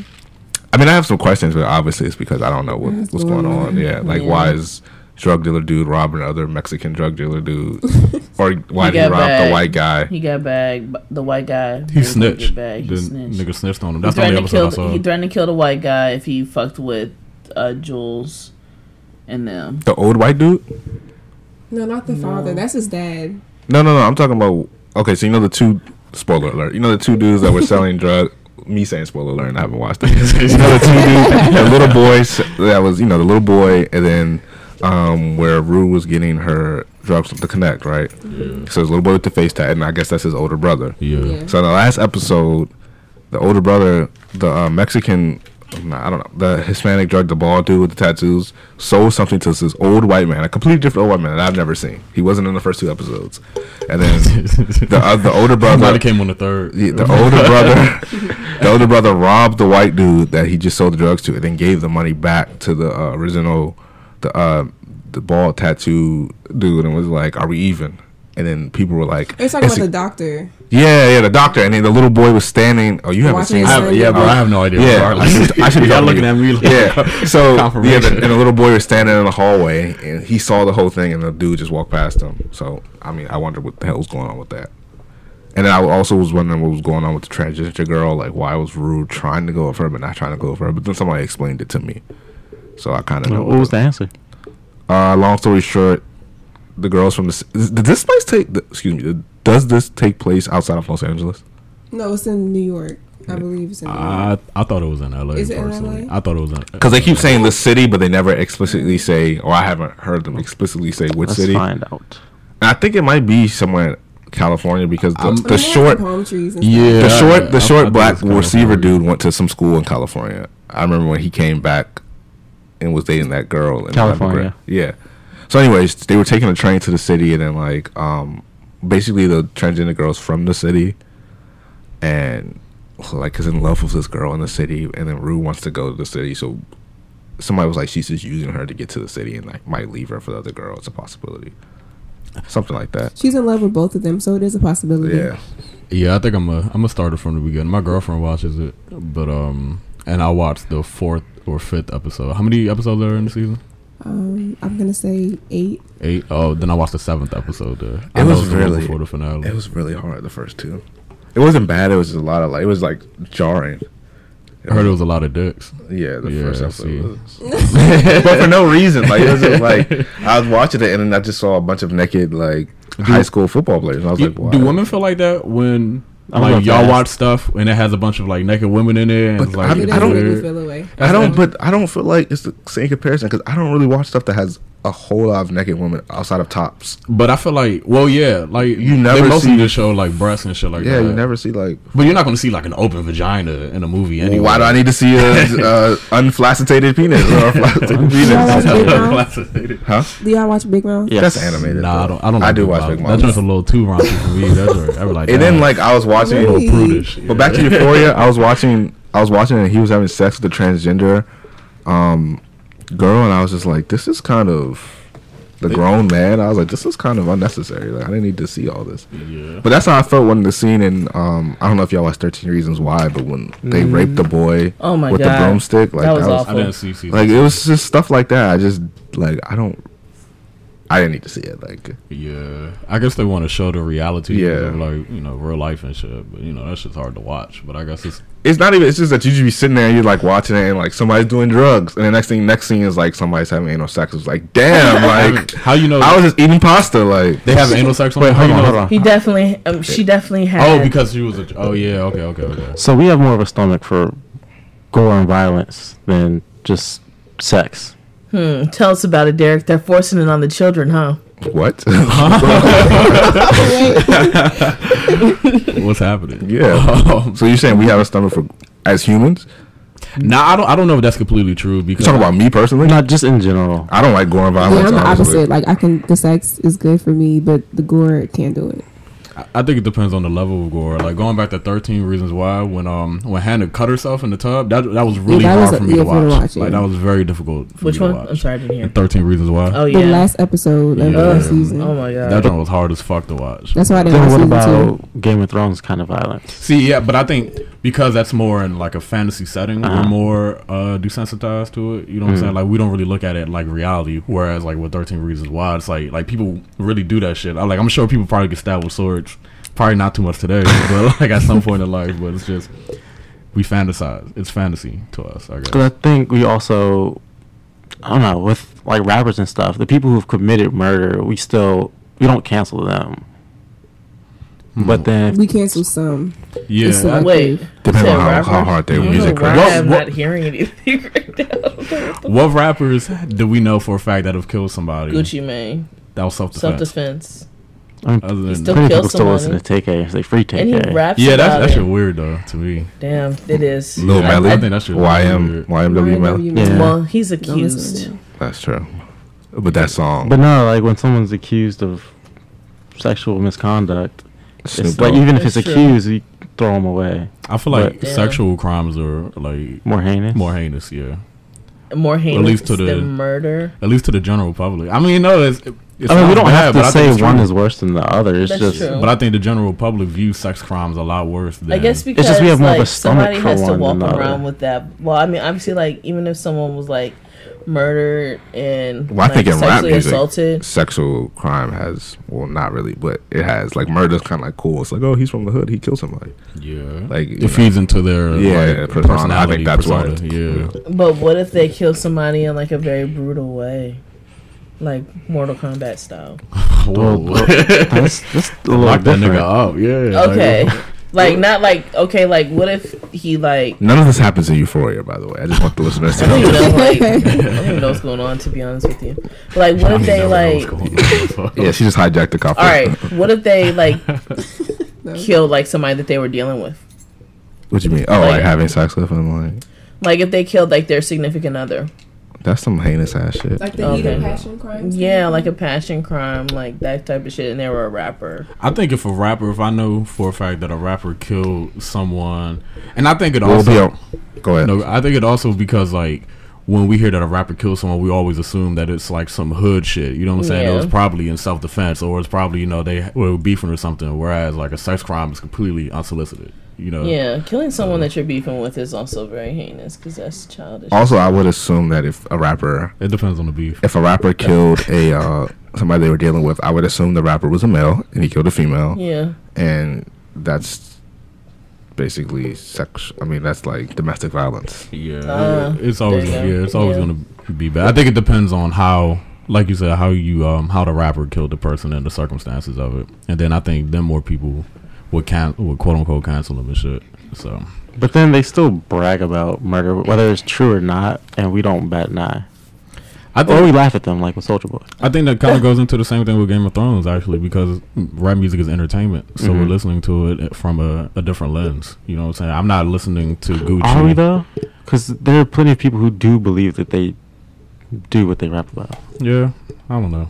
I mean, I have some questions, but obviously it's because I don't know what, what's going on. Yeah, like why is drug dealer dude robbing another Mexican drug dealer dude, or why He did he got rob back. the white guy? He got bagged. b- The white guy. He made him get snitched. bagged. the He snitched. nigga snitched on him. He That's the threatened, only episode to I kill, saw. he threatened to kill the white guy if he fucked with uh, Jules and them. The old white dude? No, not the father. That's his dad. No, no, no. I'm talking about. Okay, so you know the two. Spoiler alert. You know the two dudes that were selling drug. Me saying spoiler alert. And I haven't watched it. you know the two dudes, the little boys. That was you know the little boy, and then um where Rue was getting her drugs to connect right. So his little boy with the face tat, and I guess that's his older brother. yeah. Yeah. So in the last episode, the older brother, the uh, Mexican, nah, I don't know, the Hispanic drug, the bald dude with the tattoos, sold something to this old white man, a completely different old white man that I've never seen. He wasn't in the first two episodes, and then the uh, the older Somebody brother. came on the third. The, the older brother, the older brother robbed the white dude that he just sold the drugs to, and then gave the money back to the uh, original, the uh, the bald tattoo dude, and was like, "Are we even?" And then people were like, It's talking "It's about a- the doctor. yeah, yeah, the doctor, and then the little boy was standing. Oh, you haven't Watching seen his it. I have, yeah, bro. I have no idea. Yeah, Bro. I should- I should be Y'all talking to looking you. at me. Like, Yeah, so yeah, the, confirmation. and the little boy was standing in the hallway, and he saw the whole thing, and the dude just walked past him. So I mean, I wonder what the hell was going on with that. And then I also was wondering what was going on with the transgender girl, like why was Rue trying to go with her but not trying to go with her. But then somebody explained it to me, so I kind of know. What was the answer? Uh, long story short, the girls from the c- did this place take? Excuse me, does this take place outside of Los Angeles? No, it's in New York. I believe it's in New York. Uh, I, I thought it was in LA Is it in personally. LA? I thought it was in Because they keep saying the city, but they never explicitly say, or I haven't heard them explicitly say which Let's city. And find out. I think it might be somewhere in California because the, I'm- I mean, the they have short, palm trees. And stuff. Yeah, the short, I- I the short thought black it was receiver California. dude went to some school in California. I remember when he came back and was dating that girl in California. Yeah. So, anyways, they were taking a train to the city, and then like, um, basically the transgender girls from the city, and like is in love with this girl in the city, and then Rue wants to go to the city, so. Somebody was like, she's just using her to get to the city and like might leave her for the other girl. It's a possibility. Something like that. She's in love with both of them, so it is a possibility. Yeah. Yeah, I think I'm a I'm a starter from the beginning. My girlfriend watches it, but um, and I watched the fourth or fifth episode. How many episodes are in the season? Um, I'm gonna say eight. Eight. Oh, then I watched the seventh episode. There, I It know was the one really- before the finale. It was really hard the first two. It wasn't bad. It was just a lot of like it was like jarring. I heard it was a lot of dicks. Yeah, the Yeah, first I episode. Was, but for no reason, like it was just like I was watching it and then I just saw a bunch of naked like high school football players. And I was You- like, wow. do women feel like that when I'm about like to y'all ask. watch stuff and it has a bunch of like naked women in there? And But it's like, I It it's doesn't don't- make me weird? feel away. I don't, but I don't feel like it's the same comparison because I don't really watch stuff that has a whole lot of naked women outside of tops. But I feel like, well, yeah, like You they never mostly see- just show like breasts and shit like Yeah, that. you never see like. But you're not gonna see like an open vagina in a movie anyway. Why do I need to see a uh, unflaccitated penis or a flaccitated That's penis? big mouth. Flaccinated. Huh? Do y'all watch Big Mouth? Yes. That's animated. Nah, I though. don't. I don't. I like do Big watch Mouth. Big Mouth. That joint's a little too raunchy for me. That's right. I was like, And then damn, like I was watching, a little Really? prudish. but back to Euphoria, I was watching, I was watching, and he was having sex with a transgender um, girl, and I was just like, this is kind of the grown man. I was like, this is kind of unnecessary. Like, I didn't need to see all this. Yeah. But that's how I felt when the scene in um, I don't know if y'all watched Thirteen Reasons Why, but when they raped the boy Mm-hmm. Oh my with God. the broomstick, like That was awful. I didn't see season. Like it was just stuff like that. I just like I don't. I didn't need to see it. Like yeah, I guess they want to show the reality. Yeah. of like you know, real life and shit. But you know, that shit's hard to watch. But I guess it's it's not even. It's just that you just be sitting there and you're like watching it and like somebody's doing drugs and the next thing next scene is like somebody's having anal sex. It's like damn. Like how you know I was just eating pasta. Like they have anal sex. on Wait, it? How hold you on, know- hold on. He definitely, um, she definitely had. Oh, because she was a. Oh yeah. Okay. Okay. Okay. So we have more of a stomach for gore and violence than just sex. Hmm, tell us about it, Derek. They're forcing it on the children, huh? what? What's happening? Yeah. Um, so you're saying we have a stomach for as humans? nah, I don't. I don't know if that's completely true because You talking about me personally? Not just in general. I don't like gore and Yeah, violence. I'm the honestly. opposite. Like I can, the sex is good for me, but the gore can't do it. I think it depends on the level of gore. Like going back to Thirteen Reasons Why, when um when Hannah cut herself in the tub, that that was really that hard was- for me yeah, to for me to watch. watch, yeah. Like that was very difficult. For me Which one? to I'm watch. sorry, I didn't hear. Thirteen Reasons Why. Oh The yeah. last episode of Yeah. the Ugh. season. Oh my That god. one was hard as fuck to watch. That's why I didn't Then watch what season about two. Game of Thrones kind of violence? See, yeah, but I think because that's more in like a fantasy setting, we're more uh, desensitized to it. You know what I'm saying? Like we don't really look at it like reality. Whereas like with Thirteen Reasons Why, it's like like people really do that shit. I, like I'm sure people probably get stabbed with swords. Probably not too much today, but like at some point in life. But it's just we fantasize. It's fantasy to us. I guess. Because I think we also, I don't know, with like rappers and stuff, the people who've committed murder, we still we don't cancel them. Hmm. But then, We canceled some. It's Yeah, like- Wait. Depends Said on how, rapper? how hard their I don't music know why is. What- I'm what- not hearing anything right now. what rappers do we know for a fact that have killed somebody? Gucci Mane, That was self self defense. defense, I'm Other than Still pretty kill people still listen somebody. to Take A. They free Take and he A. raps. yeah, that's about that it. shit weird though to me. Damn, it is. I- Lil I Melly, think that shit is YM, weird. YMW Melly. Yeah. Well, he's Don't listen accused. to him. That's true. But that song, But no, like when someone's accused of sexual misconduct, Snoop it's like Dogg. even if That's it's true. accused, you throw them away. I feel like But- Yeah. sexual crimes are like More heinous. more heinous. Yeah. More heinous least to the- than murder. at least to the general public. I mean, no, it's. It, it's I mean, we don't have to but I say think it's one true. is worse than the other. It's That's just true. But I think the general public views sex crimes a lot worse than. I guess just because we have more of like, a stomach somebody for has to one walk than the around other. with that. Well, I mean, obviously, like even if someone was like murdered and Well, I like, think in rap sexually music- assaulted, sexual crime has, well, not really, but it has like murder's kind of like cool. It's like, oh, he's from the hood, he killed somebody. yeah, Like, it you feeds into their Yeah, like, persona. I personality. think that's why. persona. Yeah, it's- but what if they kill somebody in like a very brutal way, like Mortal Kombat style? Whoa. that's, that's a little lock that different. nigga up. Yeah. like- Okay, like not like okay, like what if he like None of this happens in Euphoria, by the way. I just want the listeners to I don't even know. know, like, I don't even know what's going on, to be honest with you. But, Like, I what don't if even they, know like, what was going on. Yeah, she just hijacked the coffee. all right, what if they, like, No. killed, like, somebody that they were dealing with? What you mean? Oh, Like- like having sex with him? Like, Like, if they killed, like, their significant other. that's some heinous ass shit. Like the Okay. heat of passion crimes. Yeah, like a passion crime, like, that type of shit, and they were a rapper. I think if a rapper, if I know for a fact that a rapper killed someone, and I think it We'll also be on. Go ahead. No, I think it also because like when we hear that a rapper kills someone, we always assume that it's like some hood shit. You know what I'm saying? It Yeah. was probably in self defense, or it's probably you know they were beefing or something. Whereas like a sex crime is completely unsolicited. You know? Yeah, killing someone that you're beefing with is also very heinous, because that's childish. Also, I would assume that if a rapper It depends on the beef. if a rapper killed a uh, somebody they were dealing with, I would assume the rapper was a male and he killed a female, Yeah, and that's basically sex. I mean, that's like domestic violence. Yeah, Ah, it's always there gonna, you go. yeah, it's always Yeah. gonna be bad. I think it depends on how, like you said, how you um how the rapper killed the person and the circumstances of it, and then I think then more people would can would quote unquote cancel them and shit. So But then they still brag about murder, whether it's true or not, and we don't bat an eye. I think Or we laugh at them like with Soldier Boy. I think that kind of goes into the same thing with Game of Thrones, actually, because rap music is entertainment, so we're Mhm. listening to it eh, from a, a different lens. You know what I'm saying? I'm not listening to Gucci. Are we though? Because there are plenty of people who do believe that they do what they rap about. Yeah, I don't know.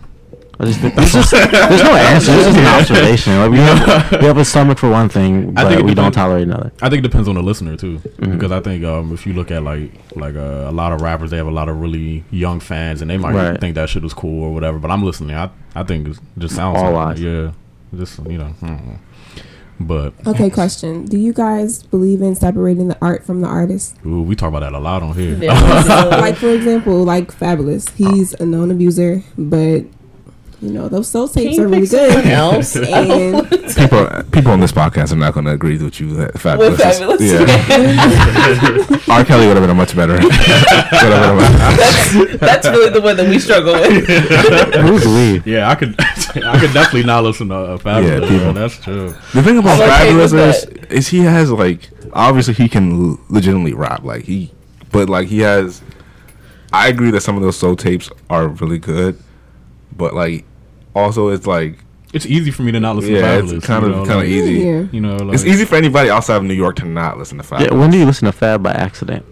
I just think there's, just, there's no answer. It's just an observation. Like we have, we have a stomach for one thing, I but think it we don't depends- tolerate another. I think it depends on the listener too, Mm-hmm. because I think um, if you look at like like uh, a lot of rappers, they have a lot of really young fans, and they might Right. think that shit was cool or whatever. But I'm listening. I I think it just sounds All like- eyes. yeah, just you know. mm. But Okay, question. Do you guys believe in separating the art from the artist? ooh, we talk about that a lot on here. There we go. like for example, like Fabulous. He's a known abuser, but you know, those soul Can tapes you are pick really someone good. else? And People, people on this podcast are not going to agree with you. That With fabulous. is- fabulous. Yeah. R. Kelly would have been a much better. would have been a much- that's, that's really the one that we struggle with. Who's we? Yeah, I could I could definitely not listen to a Yeah, fabulous. people. bro, that's true. the thing about I'm okay with fabulous is, is he has like obviously he can l- legitimately rap like he, but like he has. I agree that some of those soul tapes are really good, but like also it's like It's easy for me to not listen to yeah, fabulous. it's kind you of know, kind like- of easy. yeah. You know, like, It's easy for anybody outside of New York to not listen to Yeah, fabulous. when do you listen to Fab by accident?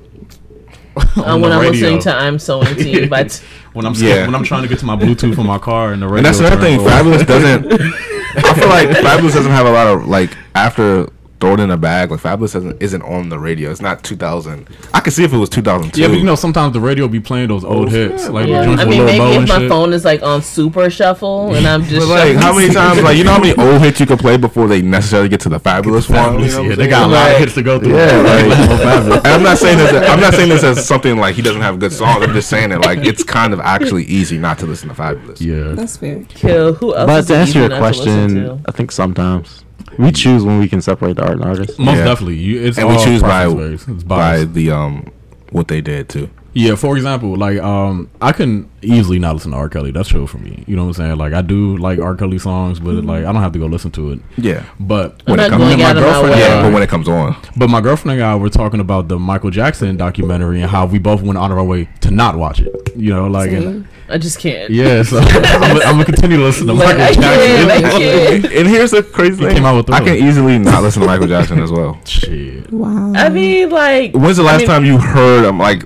Uh, on when the I'm radio. listening to I'm So Into You, but when I'm Yeah. when I'm trying to get to my Bluetooth from my car and the radio. And that's another turned thing. on. Fabulous doesn't. I feel like Fabulous doesn't have a lot of like after throwing in a bag. Like Fabulous doesn't isn't on the radio. It's not 2000. I could see if it was 2002. Yeah, but you know, sometimes the radio be playing those old hits, like yeah. the joints I with mean, Lil Bo maybe and if my shit. phone is like on super shuffle and I'm But just like, how shuffling- many times? Like, you know how many old hits you could play before they necessarily get to the Fabulous one. Fabulous, You know what yeah, I'm they got a saying? lot of Like, hits to go through. Yeah, like, and I'm not saying this. I'm not saying this as something like he doesn't have good songs. I'm just saying that like it's kind of actually easy not to listen to Fabulous. yeah. that's fair. kill who else? but is to it answer easy your not to listen question, to? I think sometimes we choose when we can separate the art and artist. Most Yeah. definitely, you, it's And we all choose by- preference based. It's By biased. the um, what they did too. Yeah, for example, like um, I can easily not listen to R. Kelly. That's true for me. You know what I'm saying? Like I do like R. Kelly songs, but like I don't have to go listen to it. Yeah. But I'm not it comes going to out of my way. yeah, but when it comes on, But my girlfriend and I were talking about the Michael Jackson documentary and how we both went out of our way to not watch it. You know, like and, Same. I just can't. yeah. So I'm, gonna continue to listen to Like, Michael I Jackson. can't, I can't. and here's the crazy He thing: came out with I can Thriller. easily not listen to Michael Jackson as well. Shit. Wow. I mean, like, When's the I last mean- time you heard him? Like,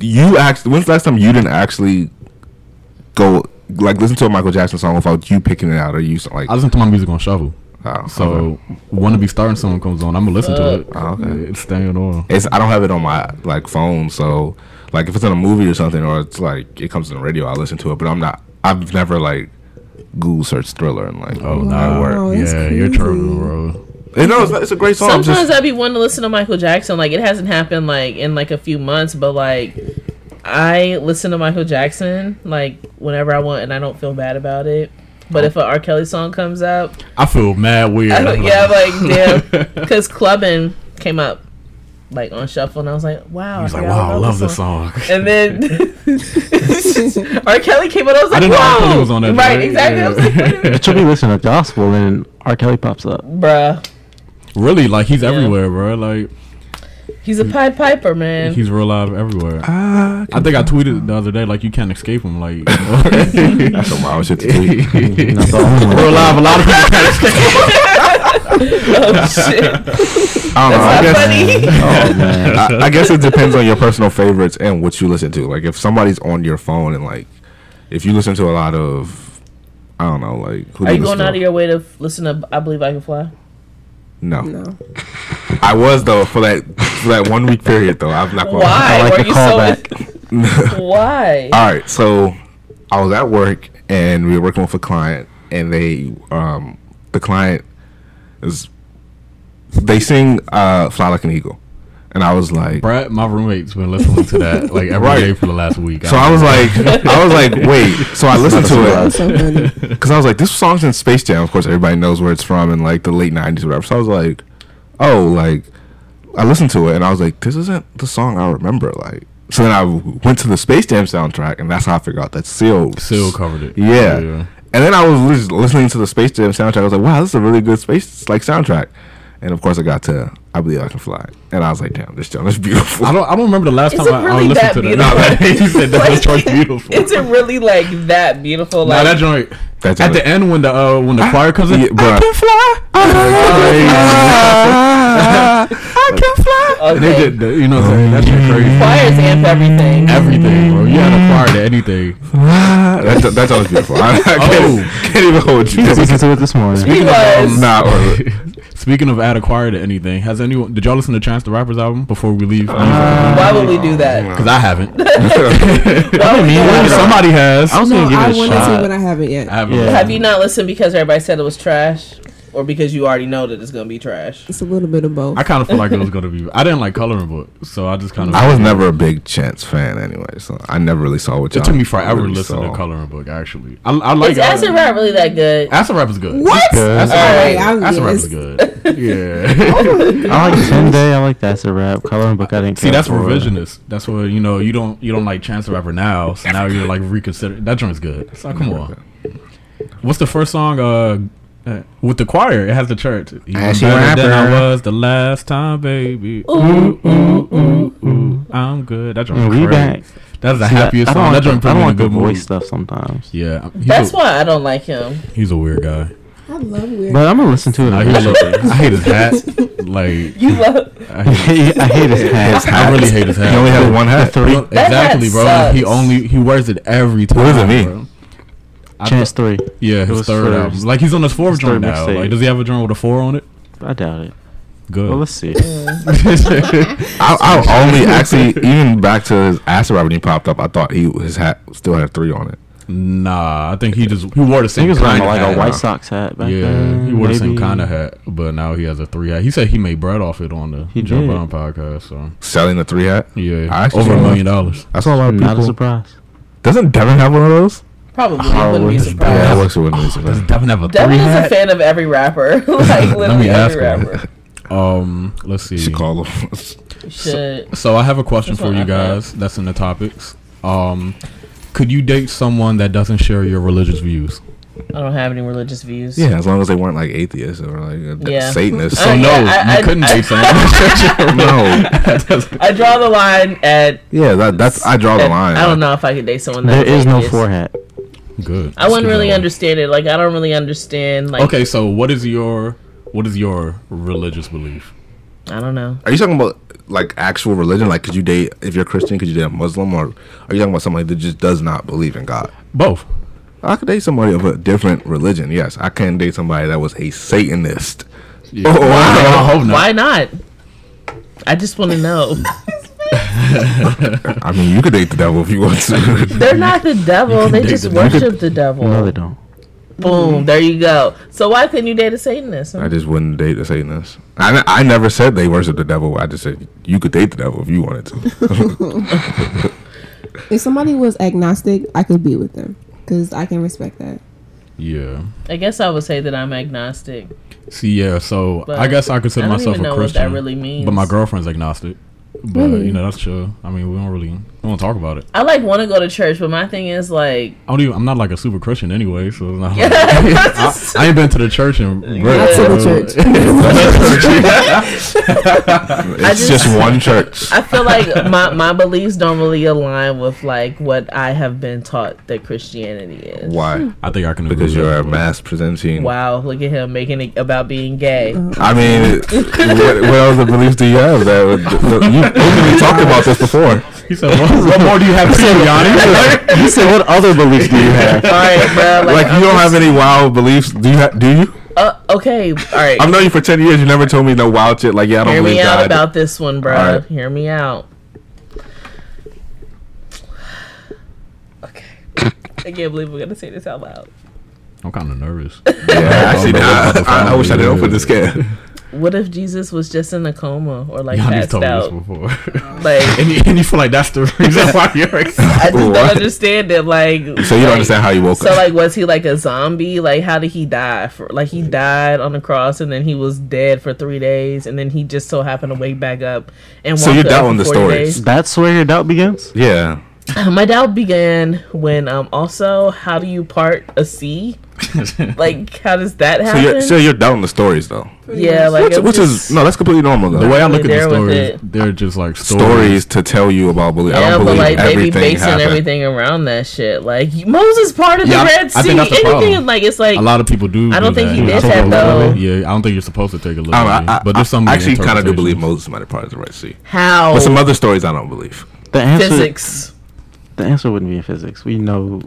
you actually. When's the last time you didn't actually go like listen to a Michael Jackson song without you picking it out or you like? I listen to my music on shuffle. oh, okay. So "Wanna Be Starting" song comes on, I'm gonna listen to it. Oh, okay. It's staying on. it's I don't have it on my like phone, so like if it's in a movie or something, or it's like it comes on the radio, I listen to it. But I'm not. I've never like Google search Thriller and like Oh oh no, nah, it worked. Wow, that's yeah, you're crazy. tripping, bro. And no, it's, it's a great song. I'm sometimes just- I'd be wanting to listen to Michael Jackson. Like, it hasn't happened like in like a few months, but like, I listen to Michael Jackson like whenever I want, and I don't feel bad about it. But if an R. Kelly song comes up, I feel mad weird. I don't, yeah, like damn, because clubbing came up like on shuffle, and I was like, wow, He's I like, forgot wow, I about love this song. And then R. Kelly came out. I was like, didn't know R. wow, Kelly was on that right? joint. Exactly. I was like, wait a minute. It should be listening to gospel, and R. Kelly pops up. bruh, really, like he's everywhere, bro. Like he's a Pied Piper, man. he's real live everywhere. Ah, I think I tweeted the other day, like you can't escape him. Like that's some wild shit to tweet. That's the only one. real live, a lot of people can't escape. oh shit, I don't know. that's I guess, not funny. Oh man, I, I guess it depends on your personal favorites and what you listen to. Like if somebody's on your phone and like if you listen to a lot of I don't know, like who do Are you listen going to? out of your way to f- listen to I Believe I Can Fly? No. no. I was though for that for that one week period though. I'm not gonna lie. Why like were the you so? Why? All right, so I was at work and we were working with a client, and they, um, the client is, they sing uh, "Fly Like an Eagle," and I was like, Brad, my roommate's been listening to that like every day Right. for the last week. so I was like, I was like, wait. So I listened to That's it so funny. because I was like, this song's in Space Jam. Of course, everybody knows where it's from in like the late '90s, or whatever. So I was like, oh, like I listened to it and I was like, this isn't the song I remember. Like, so then I w- went to the Space Jam soundtrack, and that's how I figured out that Seal still covered it. Yeah. And then I was lis- listening to the Space Jam soundtrack. I was like, wow, this is a really good Space like soundtrack. And of course, I got to I Believe I Can Fly. And I was like, damn, this song is beautiful. I don't. I don't remember the last Is time it I, I really listened that to that. beautiful? No, he said that Like, was joint beautiful. Is it really like that beautiful? Nah, Like, that joint. That joint- At the end, when the uh, when the choir comes in, Yeah, bruh. I can fly. I can fly. And Okay. Mm. they did, the, you know, what I'm saying? that shit crazy. choirs amp everything. Everything, bro. You had a choir to anything. that, that, that song is beautiful. I, I can't, Oh. can't even hold you. Um, He was listening to it this morning. He was. Nah, or- Speaking of add a choir to anything, has anyone? Did y'all listen to Chance the Rapper's album before we leave? Because Why would we do that? I haven't. Why would we do mean, that? I don't- Somebody has. I was No, gonna give I it a want to see, shot. but I haven't yet. I haven't. Yeah. Have you not listened because everybody said it was trash, or because you already know that it's gonna be trash? It's a little bit of both. I kind of feel like it was gonna be. I didn't like coloring book, so I just kind of. I was never a big Chance fan anyway, so I never really saw what It y'all took me forever to really listen saw. to coloring book. Actually, I, I like uh, Is Acid Rap really that good? Acid rap is good. What? Acid All rap, right, I'm Acid rap is good. Yeah. I like Ten Day. I like that's a rap. Coloring book. I didn't See, care that's for. revisionist. That's what you know. You don't you don't like Chance the Rapper now, so now you're like reconsidering. That joint's good. So come on. What's the first song? Uh, uh, with the choir, it has the church. Even Ashy better than I rapper. was the last time, baby. Ooh ooh ooh ooh. I'm good. That joint's Mm, We great. back. That's the See, I- happiest I don't song. like That joint put the- I me in don't a like the good mood. voice stuff sometimes. Yeah, he's That's a, why I don't like him. he's a weird guy. I love weird. But I'm gonna listen to it. I, eventually. hate his- I hate his hat. Like You love I I hate hate, I hate his hat. I really hate his hat. He only had one hat. Three. Bro, exactly, hat bro. He sucks. only he wears it every time. does it mean? bro. I Chance three. Yeah, his was third for- album. Like he's on his fourth his joint third now. mixtape. Like, does he have a joint with a four on it? I doubt it. Well, Good. let's see. I, I only actually even back to his acid rap when he popped up. I thought he his hat still had a three on it. nah, I think he just he wore the I think same it was kind wearing of like hat. a White Sox hat back yeah, then. he wore the same maybe. kind of hat, but now he has a three hat. He said he made bread off it on the He Jump did. On podcast. So Selling the three hat. I yeah, actually over a saw million dollars. I saw a lot of Not a people. surprise. Doesn't Devin have one of those? probably. I wouldn't be Howard. Yeah, I surprised. works with one of those. Devin have a Devin three is a hat. fan of every rapper. like Let me literally ask every him. rapper. Um, let's see. She called him. Shit. So I have a question That's what for you I thought. guys. That's in the topics. Um, could you date someone that doesn't share your religious views? I don't have any religious views. yeah, as long as they weren't like atheists or like a Yeah. Satanists. So Uh, So Oh, no, yeah, I- you I- couldn't I- date someone. that no. shares your- I draw the line at. Yeah, that, that's I draw Oh, the at- line. I don't know if I could date someone. There That is no atheist. four hat. Good. I wouldn't really understand it. Like I don't really understand. Like Okay, so what is your what is your religious belief? I don't know. Are you talking about like actual religion? Like, could you date if you're Christian? Could you date a Muslim? Or are you talking about somebody that just does not believe in God? Both. I could date somebody of a different religion. Yes, I can date somebody that was a Satanist. Oh, I wow. hope not. Why not? I just want to know. I mean, you could date the devil if you want to. They're not the devil. They date just the devil. worship the devil. No, they don't. Boom. There you go. So why couldn't you date a Satanist? I just wouldn't date a Satanist. I, ne- I never said they worship the devil. I just said you could date the devil if you wanted to. if somebody was agnostic, I could be with them because I can respect that. Yeah. I guess I would say that I'm agnostic. See, yeah. So But I guess I consider I don't myself even a know what Christian, that really means. but my girlfriend's agnostic. But Really? you know that's true. I mean, we don't really we don't talk about it. I like want to go to church, but my thing is like I don't even. I'm not like a super Christian anyway, so it's not. Like, I, I ain't been to the church in. Not to the bro. church. it's just- just, one church. I feel like my my beliefs don't really align with like what I have been taught that Christianity is. Why? I think I can. agree Because with you're a that. mass presenting. Wow, look at him making it about being gay. I mean, what, what other beliefs do you have? That would, you openly talked about this before. He said, "What, what more do you have to say, Yanni?" You said, what other beliefs do you have? All right, bro. Like, Like, you don't have any wild beliefs, do you? Ha- do you? uh, okay, all right. I've known you for ten years. You never told me no wild shit. Like, yeah, I don't Hear believe me out God. about this one, bro. All right. Hear me out. Okay. I can't believe we're gonna say this out loud. I'm kind of nervous. yeah, actually, I, I, I wish I didn't open this can. What if Jesus was just in a coma or like Yanni's passed told me this out? before, Like and, you, and you feel like that's the reason why you're. Excited. I just don't What? understand it. Like So you don't understand how you woke So up. like, was he like a zombie? Like, how did he die? For like, he died on the cross, and then he was dead for three days, and then he just so happened to wake back up. And So walk you're the doubting earth the for 40 stories. days. That's where your doubt begins? yeah, My doubt began when um also how do you part a sea? Like how does that so you're happen? so you're doubting the stories though. Pretty Yeah, much. like which, it which was is no, that's completely normal though. The way I look at the There with stories, it. they're just like stories stories. to tell you about bullying. I yeah, don't but believe like they be everything basing happened. everything around that shit. Like Moses part of Yeah, I- the Red Sea, I think that's the anything problem. like it's like A lot of people do. I don't do think that. he Yeah, did I that, don't know. though. Yeah, I don't think you're supposed to take it literally. I, don't know, I, but there's some I actually kind of do believe interpretations. Moses might have parted the Red Sea, how but some other stories I don't believe. The answer, physics. the answer wouldn't be in physics. We know,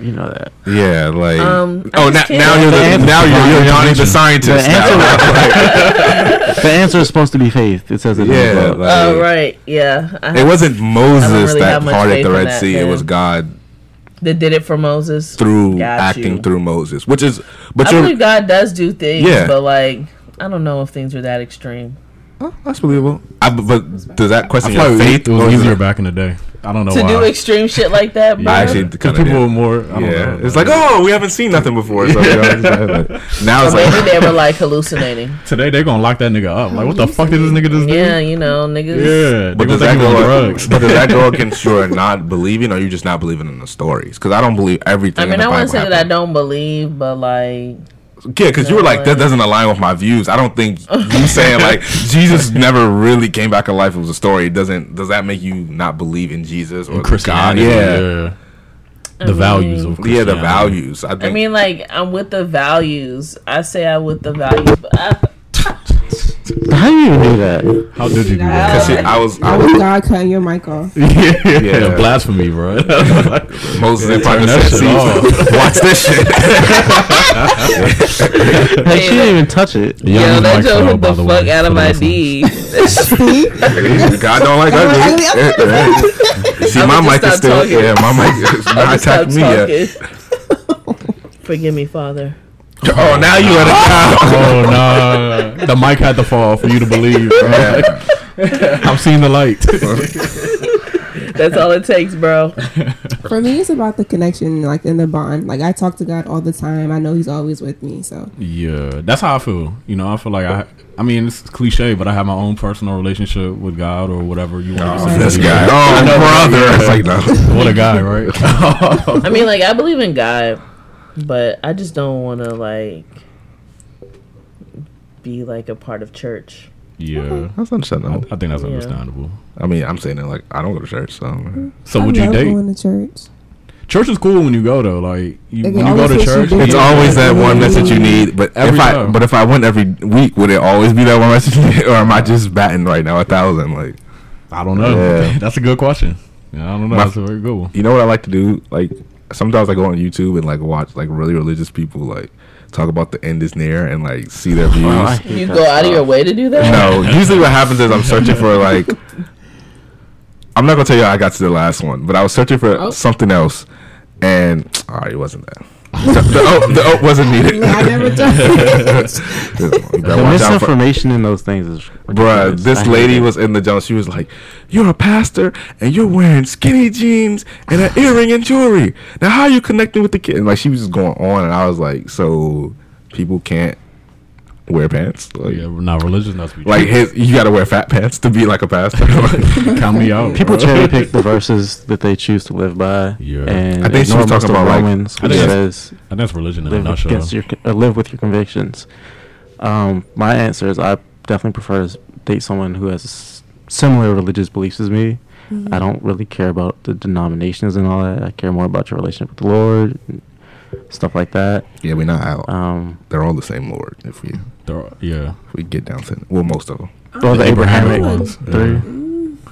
you know that. Yeah, like Um, I oh, now, just can't- now you're the, The now you're, answer- you're Johnny the the scientist. answer- now. The answer is supposed to be faith. It says it. in the yeah, book. like, Oh right, yeah. I it wasn't Moses really that have much parted faith the in Red that, Sea. It man. was God They did it for Moses. through Got acting you. through Moses, which is but I you're believe God does do things, Yeah. but like I don't know if things are that extreme. Oh, that's believable. I, but does that I question feel your like it faith? was or is easier it- back in the day. I don't know to why. do extreme shit like that, bro. Yeah, Oh, actually, because kinda people did. were more. I don't Yeah, know. it's like oh, we haven't seen nothing before. So, you know, it's like- now it's Or maybe like they were like hallucinating. today they're gonna lock that nigga up. Like what the fuck did this nigga just do? Yeah, you know, niggas. Yeah, they gonna But does, think that he go, was on drugs. but does that go against your not believing, or you just not believing in the stories? Because I don't believe everything. I mean, in the I Bible wouldn't say that I happened. don't believe, but like, Yeah, because you were like, that doesn't align with my views. I don't think you saying like Jesus never really came back alive. It was a story. It doesn't does that make you not believe in Jesus or In God? Christianity, Yeah, yeah. I The values of yeah, the Christianity. values. I think. I mean, like, I'm with the values. I say I'm with the values. But I, how do you even do that? How did you do Cause uh, that? see, I was, I That was was God cutting your mic off. yeah, Yeah. blasphemy, bro. Moses and probably turn that said, shit "See, off." watch this shit. Like she didn't even touch it. yo, Young's that mic fell, joke hit by the the fuck way, out of for the my D. listeners. God don't like that. dude. See, I'm my gonna mic is just still. stop talking. Yeah, my mic is Stop not attacking me yet. talking. Forgive me, Father. Oh, now you let it down. oh nah, the mic had to fall for you to believe. Bro. Yeah. I've seen the light. That's all it takes, bro. For me, it's about the connection, like in the bond. Like I talk to God all the time. I know He's always with me. So Yeah, that's how I feel. You know, I feel like I. I mean, it's cliche, but I have my own personal relationship with God or whatever you want. Oh, to this say. guy. Oh, brother. It's like no. What a guy, right? I mean, like, I believe in God, but I just don't want to, like, be, like, a part of church. yeah, That's I, I understandable. think that's Yeah. understandable. I mean, I'm saying it like I don't go to church, so So, I would you love date? going to church? Church is cool when you go though. Like you, Like, when you go always to say she church, did. it's yeah. always that one message you need. But Every if I time. but if I went every week, would it always be that one message, you need? or am I just batting right now a thousand? Like I don't know. Yeah. that's a good question. Yeah, I don't know. My- that's a very good one. you know what I like to do? Like sometimes I go on YouTube and like watch like really religious people like talk about the end is near and like see their views. Oh, I hate You that go out of stuff. your way to do that? No, usually what happens is I'm searching for like. I'm not gonna tell you how I got to the last one, but I was searching for Oh. something else, and all right, it wasn't that. the, the, oat, the oat wasn't needed. No, I never done You better The watch out for- misinformation in those things is Bruh, ridiculous. I this hate lady it. was in the jump. She was like, "You're a pastor, and you're wearing skinny jeans and an earring and jewelry. Now, how are you connecting with the kid?" And like, she was just going on, and I was like, "So, people can't wear pants? Like, Oh, Yeah, now religion that's what we like his, you got to wear fat pants to be like a pastor? Like, count me out. People bro. cherry pick the verses that they choose to live by. Yeah. and I think she was ignore talking most of about, like- Romans, I which think says and that's religion in a live nutshell. against your uh, live with your convictions. Um, my answer is I definitely prefer to date someone who has s- similar religious beliefs as me. I don't really care about the denominations and all that. I care more about your relationship with the Lord, and stuff like that. yeah, we're not out. Um, They're all the same Lord. If we There are- yeah, if we get down to it. well, most of them. Mm-hmm. Or Oh. the The Abrahamic Abrahamic ones, ones. Three.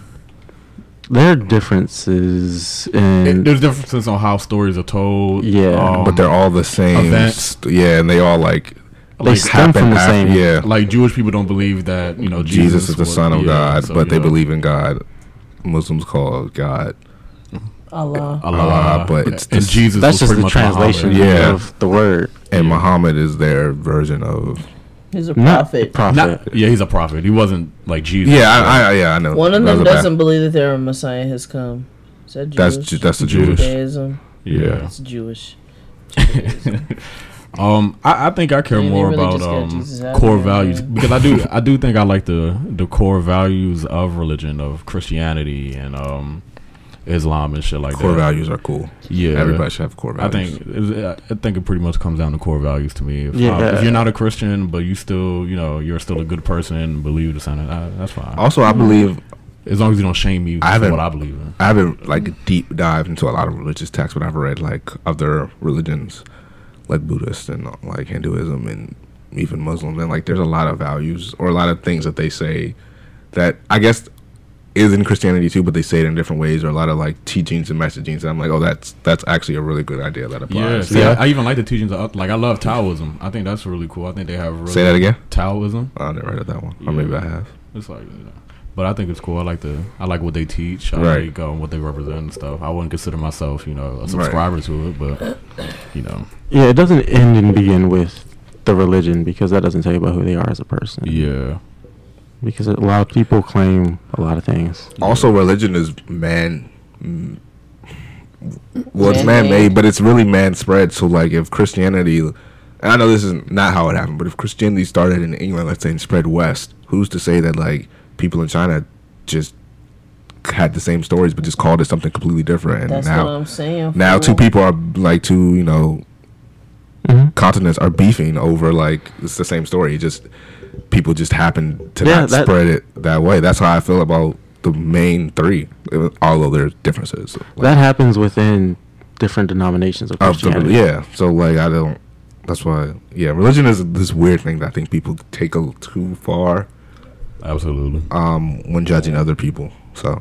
There are differences It- in there's differences on how stories are told. um, Yeah. Mm. but they're all the same. events. st- yeah, and they all like they stem happen from the after. same. Yeah, like Jewish people don't believe that you know Jesus, Jesus, is the was- Son of yeah, God, so, but they yeah. believe in God. Muslims call God. Allah. Allah, Allah, but it's and just- Jesus. was That's just pretty the much Muhammad. translation Yeah. of the word. And Yeah. Muhammad is their version of. He's a Not the prophet. prophet. Not, yeah, he's a prophet. He wasn't like Jesus. Yeah, I, I, yeah, I know. One of That's them a bad- doesn't believe that their Messiah has come. Is that That's Jewish? ju- that's the Jewish. Jewish. Judaism. yeah. It's Jewish. Um, I, I think I care Maybe they more really about just got um, Jesus out core there, values man. because I do I do think I like the the core values of religion of Christianity and um Islam and shit like core that. values are cool. Yeah, Everybody should have core I values. think I think it pretty much comes down to core values to me. If, Yeah. uh, if you're not a Christian, but you still, you know, you're still a good person and believe the Senate, uh, that's fine. Also, I believe As long as you don't shame me I for haven't- what I believe in. I haven't like deep dived into a lot of religious texts, but I've read like other religions, like Buddhist and like Hinduism and even Muslim. And like, there's a lot of values or a lot of things that they say that I guess is in Christianity too, but they say it in different ways or a lot of like teachings and messagings. And I'm like, oh, that's that's actually a really good idea that Yeah, applies. see, Yeah. I, I even like the teachings. Of, like, I love Taoism. I think that's really cool. I think they have really Say that again. Oh, Taoism. I never heard of that one, or Yeah. maybe I have. It's like, you know, but I think it's cool. I like the, I like what they teach. I Right. like um, what they represent and stuff. I wouldn't consider myself, you know, a Right. subscriber to it, but you know, Yeah, it doesn't end and begin with the religion because that doesn't tell you about who they are as a person. yeah, Because a lot of people claim a lot of things. Also, religion is man. mm, Well, it's Man-made. man-made, but it's really man-spread. So, like, if Christianity, and I know this is not how it happened, but if Christianity started in England, let's say, and spread west, who's to say that like people in China just had the same stories, but just called it something completely different? And That's now, what I'm saying. now fool. two people are like two, you know, Mhm. continents are beefing over like it's the same story. It just people just happen to Yeah, not that- spread it that way. That's how I feel about the main three, although there's differences. Like, that happens within different denominations of of the, Christianity. yeah, so like I don't. That's why yeah, religion is this weird thing that I think people take a little too far absolutely. um, when judging other people. So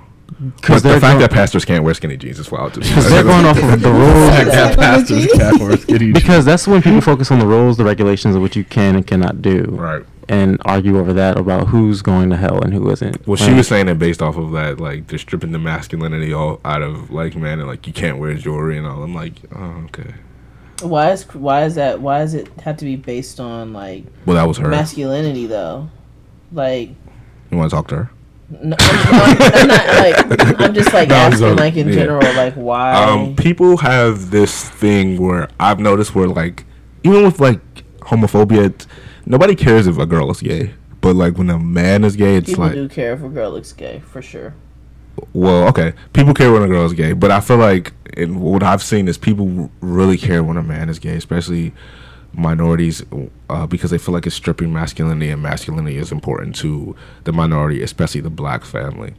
because But they're the fact going, that pastors can't wear skinny jeans is wild. to me. because they're going off of the rules. Yeah, pastors can't wear skinny jeans. Because that's when people focus on the rules, the regulations of what you can and cannot do, Right. and argue over that about who's going to hell and who isn't. Well, she Like, was saying it based off of that, like they're stripping the masculinity all out of like man, and like you can't wear jewelry and all. I'm like, oh okay. Why is why is that? Why does it have to be based on like Well, that was her. masculinity though? Like, you want to talk to her? no, I'm, I'm not like I'm just like No, I'm asking joking. like in Yeah. general like why. Um, people have this thing where I've noticed where like even with like homophobia, it's, nobody cares if a girl is gay, but like when a man is gay, it's People like do care if a girl looks gay, for sure. well, okay, people care when a girl is gay, but I feel like and what I've seen is people really care when a man is gay, especially minorities, uh, because they feel like it's stripping masculinity, and masculinity is important to the minority, especially the black family.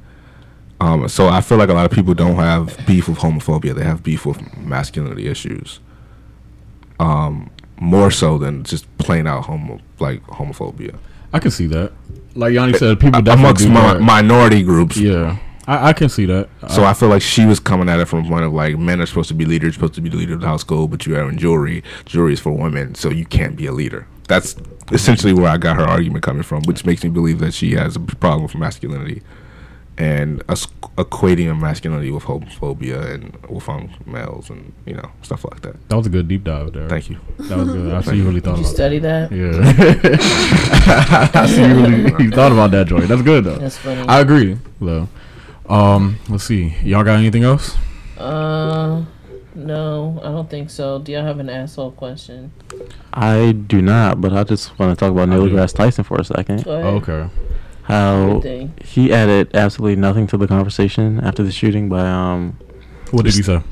Um, so I feel like a lot of people don't have beef with homophobia; they have beef with masculinity issues, um, more so than just plain out homo like homophobia I can see that. Like Yanni said, people definitely amongst do mi- that. minority groups. yeah, I, I can see that. So I feel like she was coming at it from a point of like men are supposed to be leaders, you're supposed to be the leader of the household, but you're having jewelry. Jewelry is for women, so you can't be a leader. That's essentially where I got her argument coming from, which makes me believe that she has a problem with masculinity and us- equating masculinity with homophobia and with um, males and you know stuff like that. that was a good deep dive there. Thank you. That was good. I see you really thought Did you about that. study that? Yeah. I see you really you thought about that, Joy. That's good though. That's funny. I agree though. Um, let's see. Y'all got anything else? uh, no, I don't think so. Do y'all have an asshole question? I do not, but I just want to talk about Neil do. deGrasse Tyson for a second. Go ahead. Oh, Okay. How Thing. he added absolutely nothing to the conversation after the shooting by um. What did he say?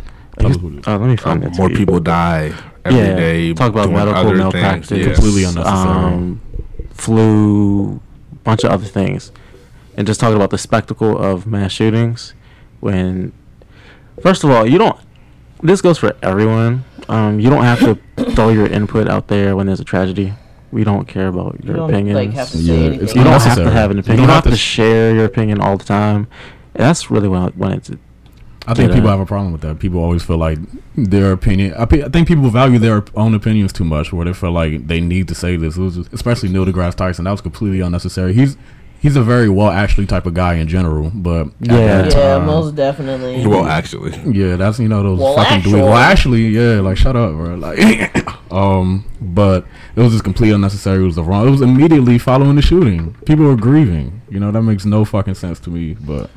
Tell us what it is. Uh, let me find Um, that more tweet. people die every day. Talk about doing medical other things. malpractice. Yeah. Completely unnecessary. Um, flu, bunch of other things, and just talking about the spectacle of mass shootings. When, first of all, you don't. This goes for everyone. Um, you don't have to throw your input out there when there's a tragedy. We don't care about You your don't opinions. like have to Yeah, say anything. it's you don't have to Unnecessary. have an You opinion. don't You don't have have to to- share your opinion all the time. And that's really what I wanted to. I think Yeah. people have a problem with that. People always feel like their opinion. I, pe- I think people value their own opinions too much, where they feel like they need to say this. It was just- especially Neil deGrasse Tyson. That was completely unnecessary. He's he's a very well actually type of guy in general, but at Yeah. that yeah, time- most definitely. Well, actually, Yeah, that's you know those Well, fucking dweebs. actually- Well, actually, yeah, like shut up, bro. Like, um, but it was just completely unnecessary. It was the wrong. It was immediately following the shooting. People were grieving. You know that makes no fucking sense to me. But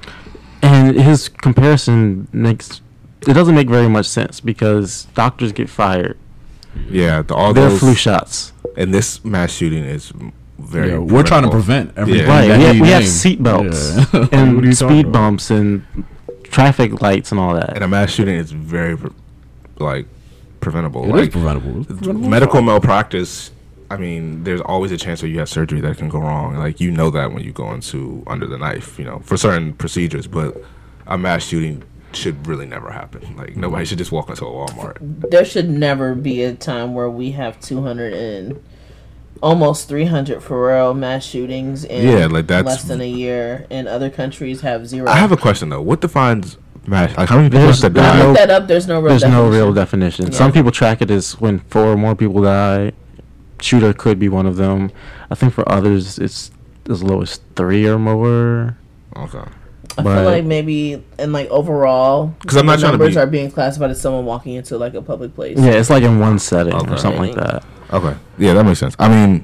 And his comparison makes it doesn't make very much sense because doctors get fired. yeah, the, all They're those flu shots. and this mass shooting is very. yeah, we're trying to preventable. prevent everything. Yeah. Right. that We have, he we have named. seatbelts Yeah. What are you and talking speed about? bumps and traffic lights and all And that. a mass shooting is very, pre- like, preventable. It is like, preventable. It's preventable. medical malpractice. I mean, there's always a chance that you have surgery that can go wrong. Like you know that when you go into under the knife, you know, for certain procedures. But a mass shooting should really never happen. Mm-hmm. Like nobody should just walk into a Walmart. There should never be a time where we have 200 and almost 300 Pharrell mass shootings in Yeah, like, that's- less than a year, and other countries have zero. I have a question though. What defines mass? Like how many people There's- have to there's I die? no- looked that up. There's no real. There's no definition. real definition. Some people track it as when four or more people die. Shooter could be one of them. I think for others, it's as low as three or more. Okay. I But- feel like maybe and like overall, 'Cause I'm not the trying to numbers be- are being classified as someone walking into like a public place. Yeah, it's like in one setting Okay. or something like that. Okay. Yeah, that makes sense. I mean,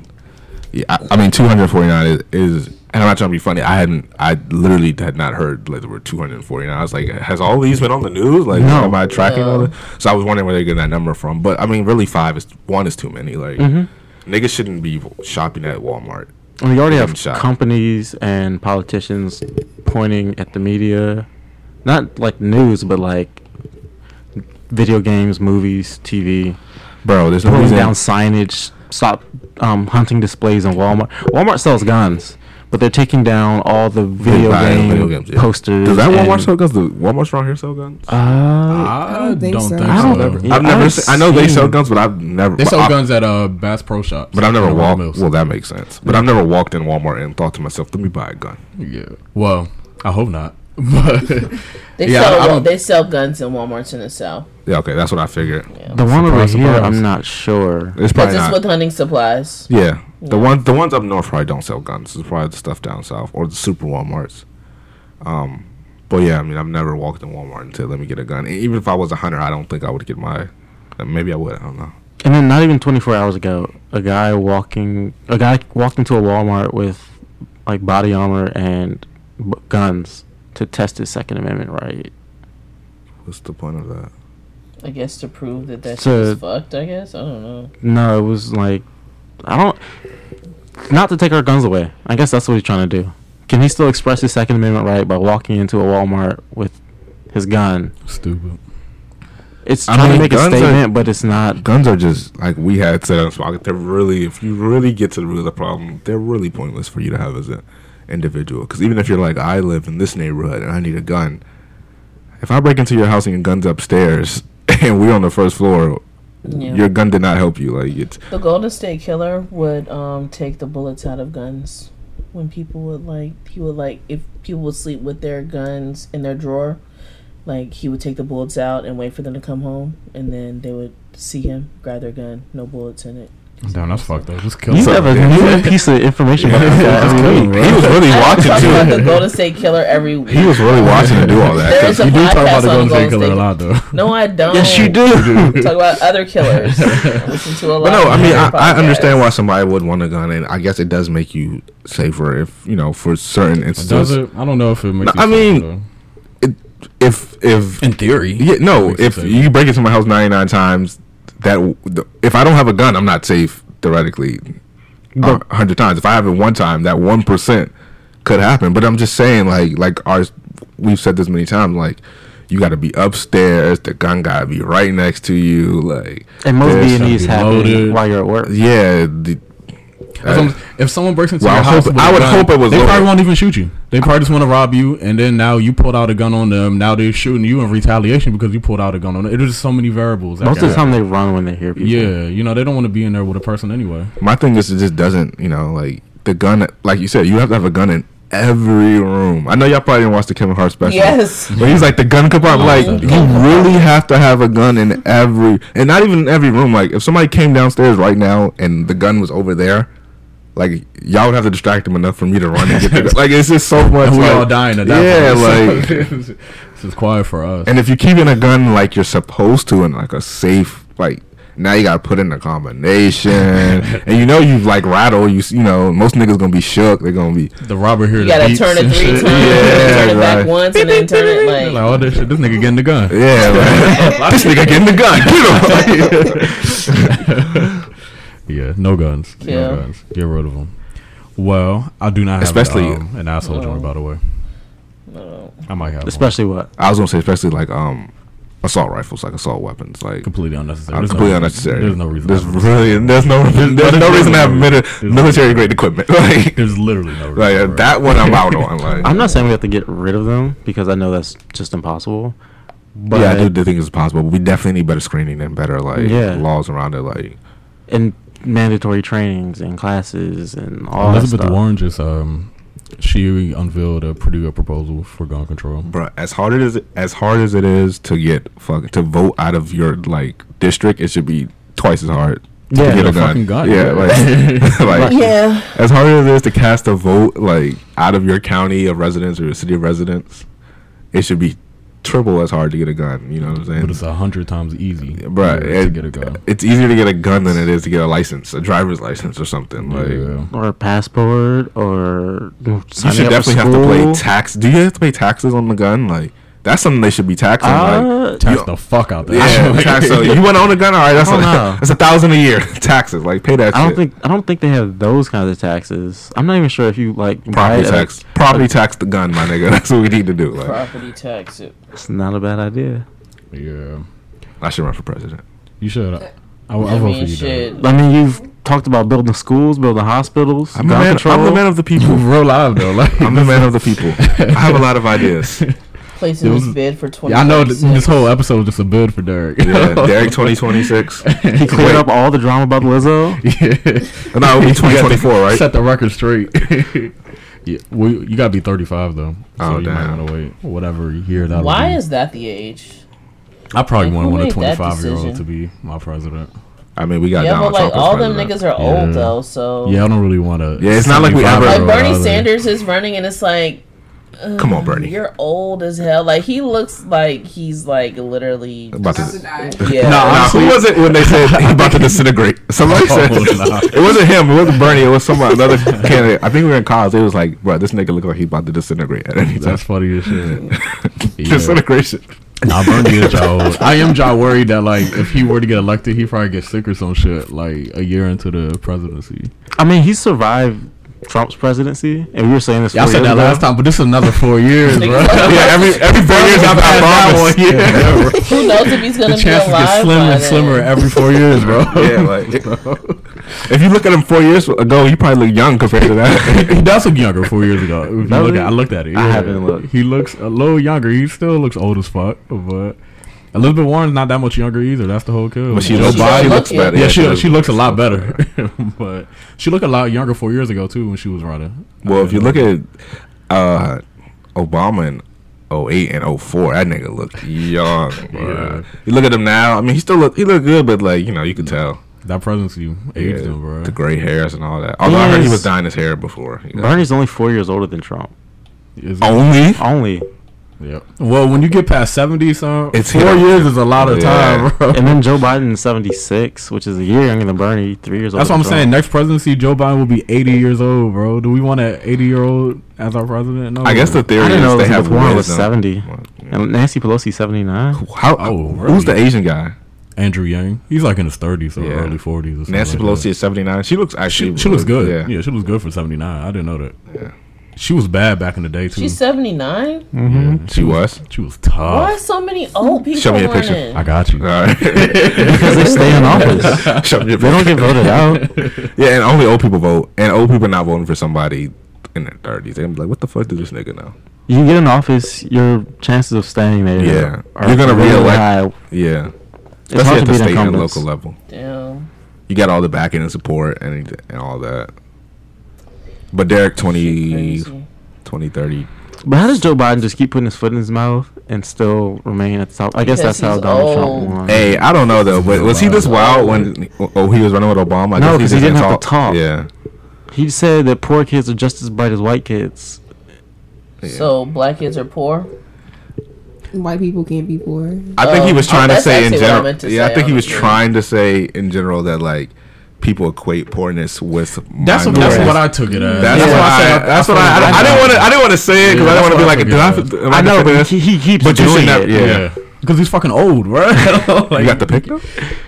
yeah, I, I mean, 249 is, is, and I'm not trying to be funny. I hadn't, I literally had not heard like there were 249. I was like, has all these been on the news? Like, No. am I tracking all No. this? So I was wondering where they getting that number from. But I mean, really, five is one is too many. Like, Mm-hmm. niggas shouldn't be shopping at Walmart. And we already Getting have shot. companies and politicians pointing at the media, not like news, but like video games, movies, TV, Bro, there's no putting reason. down signage, stop um, hunting displays in Walmart. Walmart sells guns, but they're taking down all the video buy game video games, yeah. posters. Does that Walmart and- sell guns? Do Walmart's around here sell guns? Uh, I don't think so. I don't so. know. I've I never. haven't Seen, I know they sell seen- guns, but I've never. They sell I- guns at uh, Bass Pro Shops. But I've never and walked. Walmart Mills. Well, that makes sense. But I've never walked in Walmart and thought to myself, "Let me buy a gun." yeah. Well, I hope not. But They Yeah, I- I sell don't- they sell guns in Walmart's in the south. Yeah, okay, that's what I figured. the one over Surprise, here, surprise. I'm not sure. It's Because probably it's not. with hunting supplies. yeah, the one the ones up north probably don't sell guns. It's probably the stuff down south or the super WalMarts. Um, but yeah, I mean, I've never walked in Walmart and said, "Let me get a gun." And even if I was a hunter, I don't think I would get my. uh, Maybe I would. I don't know. And then not even 24 hours ago, a guy walking, a guy walked into a Walmart with like body armor and b- guns to test his Second Amendment right. What's the point of that? I guess to prove that that's So- fucked. I guess I don't know. No, it was like, I don't, not to take our guns away. I guess that's what he's trying to do. Can he still express his Second Amendment right by walking into a Walmart with his gun? stupid. It's I trying to mean, make a guns are- statement, but it's not. Guns are just like we had said on Spock. They're really, if you really get to the root of the problem, they're really pointless for you to have as an individual. Because even if you're like, I live in this neighborhood and I need a gun, if I break into your house and your gun's upstairs and we're on the first floor, Yeah. your gun did not help you. Like it's The Golden State Killer would um take the bullets out of guns when people would like he would like if people would sleep with their guns in their drawer, like he would take the bullets out and wait for them to come home, and then they would see him grab their gun, no bullets in it. Damn, that's fucked up. Just kill You him. have a new piece of information about this guy That's every cool, week. bro. he was really I watching talk about the too. Golden State Killer every week. He was really watching to do all that. There is 'cause a you do talk about podcast the on Golden Golden State State. Killer a lot, though. No, I don't. Yes, you do. Talk about other killers. I listen to a lot. But no, of I mean, I, different I understand podcasts. why somebody would want a gun, and I guess it does make you safer if you know for certain Does instances. it? I don't know if it makes. No, you I mean- feel better. If if in theory, Yeah, no. Makes you If safe. you break into my house ninety nine times, that w- the- if I don't have a gun, I'm not safe theoretically. A hundred times. If I have it one time, that one percent could happen. But I'm just saying, like, like our we've said this many times, like. You got to be upstairs. The gun got to be right next to you. Like, And most There's B&Es something happen loaded. while you're at work. yeah, the, uh, That's what I'm- if someone breaks into Well, your I house, hope- with I a would gun, hope it was They loaded. probably won't even shoot you. They probably just want to rob you, and then now you pulled out a gun on them. Now they're shooting you in retaliation because you pulled out a gun on them. It is just so many variables. that Most of can the time they run when they hear people. Yeah, you know they don't want to be in there with a person anyway. my thing is, it just doesn't. You know, like the gun. Like you said, you have to have a gun in every room. I know y'all probably didn't watch the Kevin Hart special. Yes. But he's like the gun compartment. Like you really have to have a gun in every, and not even in every room. Like if somebody came downstairs right now and the gun was over there, like y'all would have to distract them enough for me to run and get the gun. Like it's just so much. And we like- all dying at that Yeah, point. like, So, this is quiet for us. and if you're keeping a gun like you're supposed to in like a safe, like now you gotta put in a combination, and you know you like rattle. You s- you know most niggas gonna be shook. They're gonna be The robber here, You the gotta beats turn it and three shit. times, Yeah, turn it back right. once, and then turn it They're like. Like all this shit, this nigga getting the gun. yeah. Like, this nigga getting the gun. Get him. Yeah, no guns. Yeah. No guns. Get rid of them. Well, I do not have Especially- um, an asshole joint, by the way. No. I might have one. Especially what? I was gonna say especially like um assault rifles, like assault weapons, like completely unnecessary. uh, There's no completely reason- unnecessary. There's no reason. There's really there's no there's no reason to have mili- military grade equipment. Like There's literally no reason. like for uh, it. that one I'm out on. Like I'm not saying we have to get rid of them because I know that's just impossible. But yeah, I do think it's possible. But we definitely need better screening and better like Yeah. laws around it. Like and mandatory trainings and classes and all that Elizabeth stuff. Warren just um, she unveiled a pretty good proposal for gun control. Bruh, as hard it is as hard as it is to get fuck to vote out of your like district, it should be twice as hard. to Yeah. get Get a a gun. fucking gun, Yeah, yeah. like, like Yeah. as hard as it is to cast a vote like out of your county of residence or your city of residence, it should be triple as hard to get a gun. You know what I'm saying? But it's a hundred times easy, Bruh, to it- get a gun. It's easier to get a gun than it is to get a license, a driver's license or something. Like Yeah. or a passport or you should definitely have to play tax. Do you have to pay taxes on the gun? Like that's something they should be taxing. like Uh, Tax Yo- the fuck out there. yeah, tax. So you want to own a gun? All right, that's I a, don't know. that's a thousand a year taxes. Like pay that. I don't shit. think I don't think they have those kinds of taxes. I'm not even sure if you like buy property it at a- tax. Property tax the gun, my nigga. That's what we need to do. Like Property tax. It. It's not a bad idea. yeah. I should run for president. You should. I, I, I, will vote mean, for you. shit. Shit. I mean, you've talked about building schools, building hospitals, I'm the gun man. control. I'm the man of the people. Real live though. Like I'm the man of the people. I have a lot of ideas. Placing It this was- bid for twenty. Yeah, I know th- this whole episode was just a bid for Derek. Yeah, Derek 2026. He cleared Wait. up all the drama about Lizzo. yeah. No, it'll be You gotta 2024, right? Set the record straight. yeah, well, you gotta be 35 though. So Oh, you damn. might want to wait whatever year that. Why is that the age? I probably like, wouldn't who want a made that 25 year old to decision? be my president. I mean, we got yeah, but Donald like Trump as all them president. niggas are Yeah. old though, so Yeah, I don't really want to. Yeah, it's not like we ever- Oh. like Bernie Sanders is running and it's like Come on, Bernie. you're old as hell. Like he looks like he's like literally About to- yeah. Nah, nah, who was it when they said he about to disintegrate? Oh, Somebody said nah. it wasn't him. It wasn't Bernie. It was somebody another candidate. I think we were in college. It was like, bro, this nigga look like he's about to disintegrate at any time. That's funny as shit. yeah. Disintegration. Nah, Bernie is y'all. I am y'all worried that like if he were to get elected, he probably get sick or some shit like a year into the presidency. I mean, he survived Trump's presidency, and we were saying this. Yeah, I four said years that ago. last time, but this is another four years, bro. Yeah, every every four years I've after had that I one, promised. yeah. Who knows if he's gonna the be chances get alive? slimmer by and then. slimmer every four years, bro. Yeah, like if you look at him four years ago, you probably look young compared to that. he does look younger four years ago. If you Does look he? at, I looked at it. I yeah. haven't looked. He looks a little younger. He still looks old as fuck, but Elizabeth Warren's not that much younger either. That's the whole kill. But she Yeah, no she body don't looks look it. better. yeah, she she looks a lot better, but she looked a lot younger four years ago too when she was running. Well, if you look at uh, Obama in 08 and 04, that nigga looked young. bruh. You look at him now. I mean, he still look he look good, but like you know, you could tell that presidency aged Yeah, him, bro. the gray hairs and all that. Although I heard he was dyeing his hair before. you know. Bernie's only four years older than Trump. Is- Only Only, Yep. Well, when you get past seventy, son, It's four him. years is a lot of Yeah. time, bro. and then Joe Biden is seventy six, which is a year younger than Bernie, three years older. That's what I'm than Trump. saying. Next presidency, Joe Biden will be 80 years old, bro. Do we want an 80 year old as our president? No. I guess the theory I didn't is know they have Elizabeth Warren was wisdom. seventy, Well, yeah. and Nancy Pelosi seventy nine. How? Oh, Who's really? the Asian guy? Andrew Yang, he's like in his 30s or Yeah. early 40s. Or something Nancy like Pelosi that. is 79. She looks actually. She, she looks good. Yeah. Yeah. she looks good for 79. I didn't know that. Yeah. She was bad back in the day too. She's seventy nine. Mm-hmm. Yeah, She was. She was tough. Why are so many old people Show me a picture. I running? got you. All right. because they stay in office. Shut your- They don't get voted out. Yeah, and only old people vote, and old people not voting for somebody in their thirties. They're gonna be like, "What the fuck does this nigga know?" You get in office, your chances of staying there. Yeah. are You're gonna really re-elect. high. Yeah, It's especially hard to at the beat state and incumbents. local level. Damn. You got all the backing and support and and all that. But Derek, 20, Crazy. 20 30. But how does Joe Biden just keep putting his foot in his mouth and still remain at the top? I guess Because that's how he's Donald old. Trump won. Hey, I don't know though. But was he this wild when? Oh, he was running with Obama. No, I 'cause guess he just didn't have to talk. Yeah, He said that poor kids are just as bright as white kids. So black kids are poor. White people can't be poor. I think he Oh, was oh, trying to that's say in actually what I general. meant to yeah, I say, think he was honestly. trying to say in general that like people equate poorness with That's what, minorities. that's what I took it as. That's Yeah. what I. said. That's what I. I, I didn't want to. I didn't want to say it because Yeah, I didn't want to that's be like. what Did I I? figured. am I know, defending but this? he, he keeps But you doing should it. never- yeah. Yeah. because he's fucking old, right? You got the picture?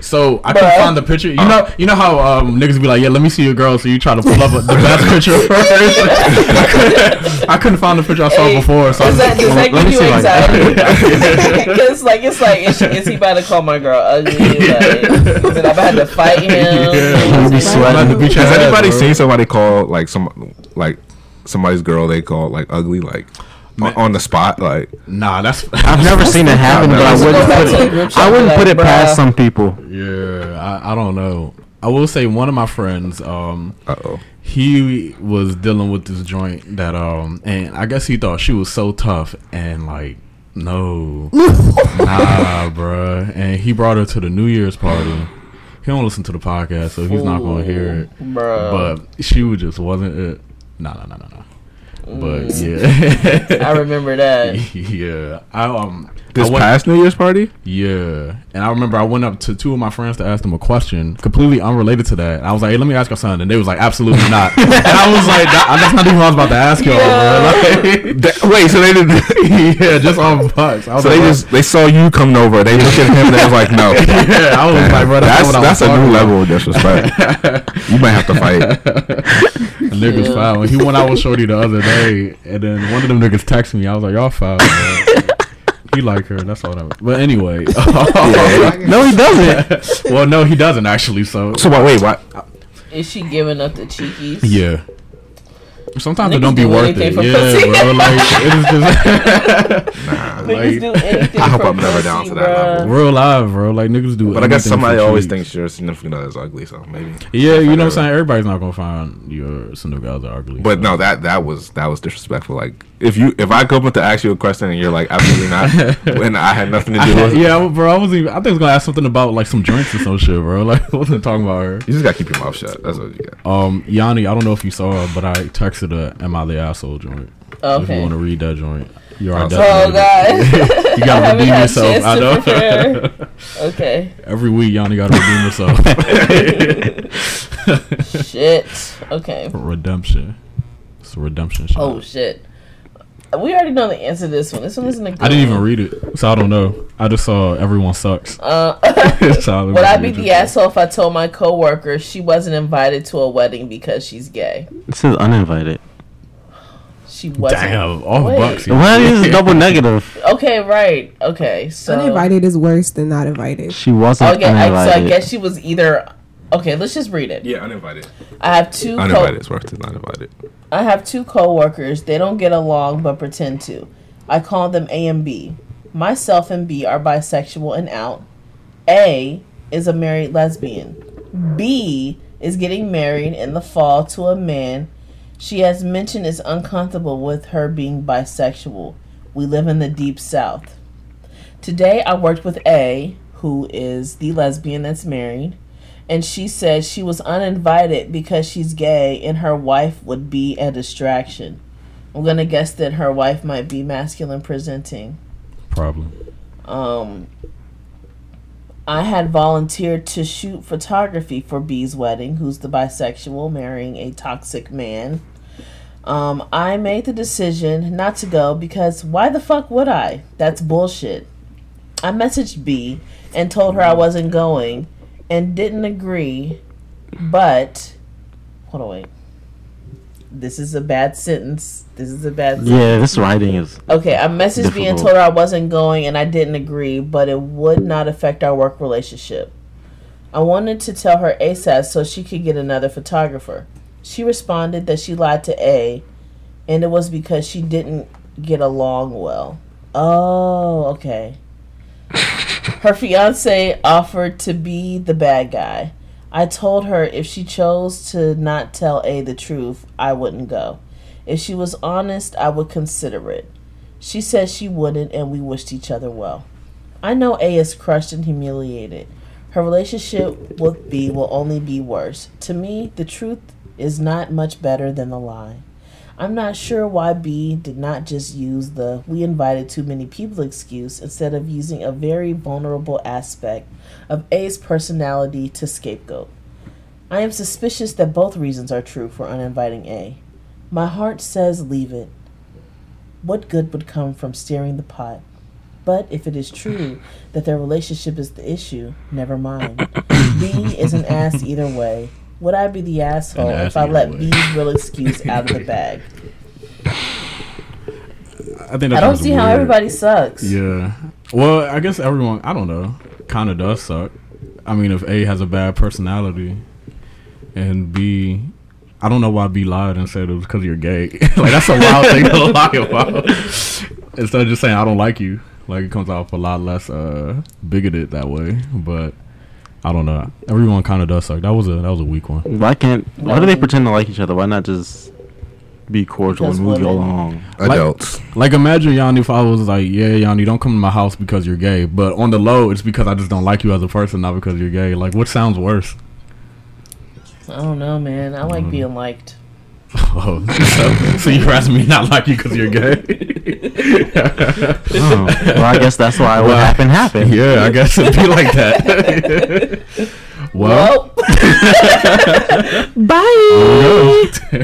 So I couldn't find the picture. You know, you know how um, niggas be like, "Yeah, let me see your girl." So you try to pull up the best picture first. I, couldn't, I couldn't find the picture I saw Hey, before. So I Does just- that, does that Let give me you see, like- anxiety? Because like it's like is, she, is he about to call my girl ugly? Like, is it about to fight him? Yeah. Be sweating. Beat your Has ass, anybody bro. seen somebody call like some like somebody's girl they call like ugly like on, on the spot like Nah, that's I've never seen it happen, but I Let's wouldn't go back to the put group it. chat I wouldn't and put be it like, past "Bruh." some people. yeah. I, I don't know. I will say one of my friends. Um, uh oh he was dealing with this joint that um and I guess he thought she was so tough and like no nah bruh and he brought her to the New Year's party. He don't listen to the podcast so he's not gonna hear it. bro. But she was just wasn't it. Nah nah nah nah nah. But yeah. I remember that. yeah. I um this I went- past New Year's party yeah. And I remember I went up to two of my friends to ask them a question completely unrelated to that. And I was like, hey, let me ask your son. And they was like, absolutely not. and I was like, "Nah, that's not even what I was about to ask y'all, bro. Like, That- wait so they didn't yeah, just on bucks. I was so they like, "Bruh." just they saw you coming over they looked at him and they was like no yeah, I was like, bro, that's, that's, not what that's I a was new talking about. level of disrespect you might have to fight Niggas Yeah. foul. He went out with Shorty the other day, and then one of them niggas texted me. I was like, y'all foul. bro." he like her. That's all that. Was. But anyway, No, he doesn't. well, no, he doesn't actually. So so why, wait what Is she giving up the cheekies? Yeah. Sometimes it Niggas don't be do worth anything it. for Yeah, pussy. bro. Like it is just Niggas do anything I hope for I'm never down pussy, to that bruh. level. real live, bro. Like niggas do. but I guess anything somebody for always cheese. thinks your significant other is ugly so maybe Yeah, you know what I'm saying. Everybody's not gonna find your Snoop guys are ugly. But no, that that was that was disrespectful. Like if you if I come up to ask you a question and you're like absolutely not, and I had nothing to do with it, yeah, I- bro. I was even. I think I was gonna ask something about like some drinks or some shit, bro. Like I wasn't talking about her. you just gotta keep your mouth shut. That's what you got. Um, Yanni, I don't know if you saw her, but I texted her "Am I the asshole?" joint. So If you Okay. want to read that joint, you're Oh, our Oh god. You I gotta haven't redeem had yourself. chance I to know. prepare. okay. Every week, Yanni gotta redeem herself. Shit. Okay. redemption. It's a redemption shot. Oh shit. We already know the answer to this one. This one isn't a good I didn't even one. read it, so I don't know. I just saw everyone sucks. Uh, so Would I be the asshole if I told my coworker she wasn't invited to a wedding because she's gay? This is uninvited. She wasn't. Damn, all Wait. bucks. yeah. Why is this double negative? Okay, right. Okay, so Uninvited is worse than not invited. She wasn't Okay, I, so I uninvited. guess she was either. Okay, let's just read it. Yeah, uninvited. I have two. Co- Uninvited. It's worth it. Uninvited. I have two coworkers. They don't get along but pretend to. I call them A and B. Myself and B are bisexual and out. A is a married lesbian. B is getting married in the fall to a man she has mentioned is uncomfortable with her being bisexual. We live in the deep south. Today I worked with A, who is the lesbian that's married, and she said she was uninvited because she's gay and her wife would be a distraction. I'm gonna guess that her wife might be masculine presenting. problem. Um, I had volunteered to shoot photography for B's wedding, who's the bisexual marrying a toxic man. Um, I made the decision not to go because why the fuck would I? That's bullshit. I messaged B and told her I wasn't going and didn't agree, but hold on, wait. This is a bad sentence. This is a bad sentence. yeah, this writing is. Okay, I messaged B and Difficult. told her I wasn't going and I didn't agree, but it would not affect our work relationship. I wanted to tell her ASAP so she could get another photographer. She responded that she lied to A and it was because she didn't get along well. Oh, okay. Her fiance offered to be the bad guy. I told her if she chose to not tell A the truth, I wouldn't go. If she was honest, I would consider it. She said she wouldn't, and we wished each other well. I know A is crushed and humiliated. Her relationship with B will only be worse. To me, the truth is not much better than the lie. I'm not sure why B did not just use the we invited too many people excuse instead of using a very vulnerable aspect of A's personality to scapegoat. I am suspicious that both reasons are true for uninviting A. My heart says leave it. What good would come from steering the pot? But if it is true that their relationship is the issue, never mind. B is an ass either way. Would I be the asshole An ass if I either let way. B's real excuse out of the bag? I think I don't see how everybody sucks. Yeah. Well, I guess everyone. I don't know. Kind of does suck. I mean, if A has a bad personality, and B, I don't know why B lied and said it was because you're gay. like that's a wild thing to lie about. Instead of just saying I don't like you, like it comes off a lot less uh, bigoted that way. But I don't know. Everyone kind of does suck. That was a that was a weak one. Why can't? Why do they Women. pretend to like each other? Why not just be cordial Because and move you women. along? Adults. Like imagine Yanni if I was like, yeah, Yanni, don't come to my house because you're gay. But on the low, it's because I just don't like you as a person, not because you're gay. Like, what sounds worse? I don't know, man. I like being liked. Oh, so, Mm. so you're asking me not like you because you're gay? Oh, well, I guess that's why what Well, happened happened. yeah, I guess it'd be like that. well, Well, there we go.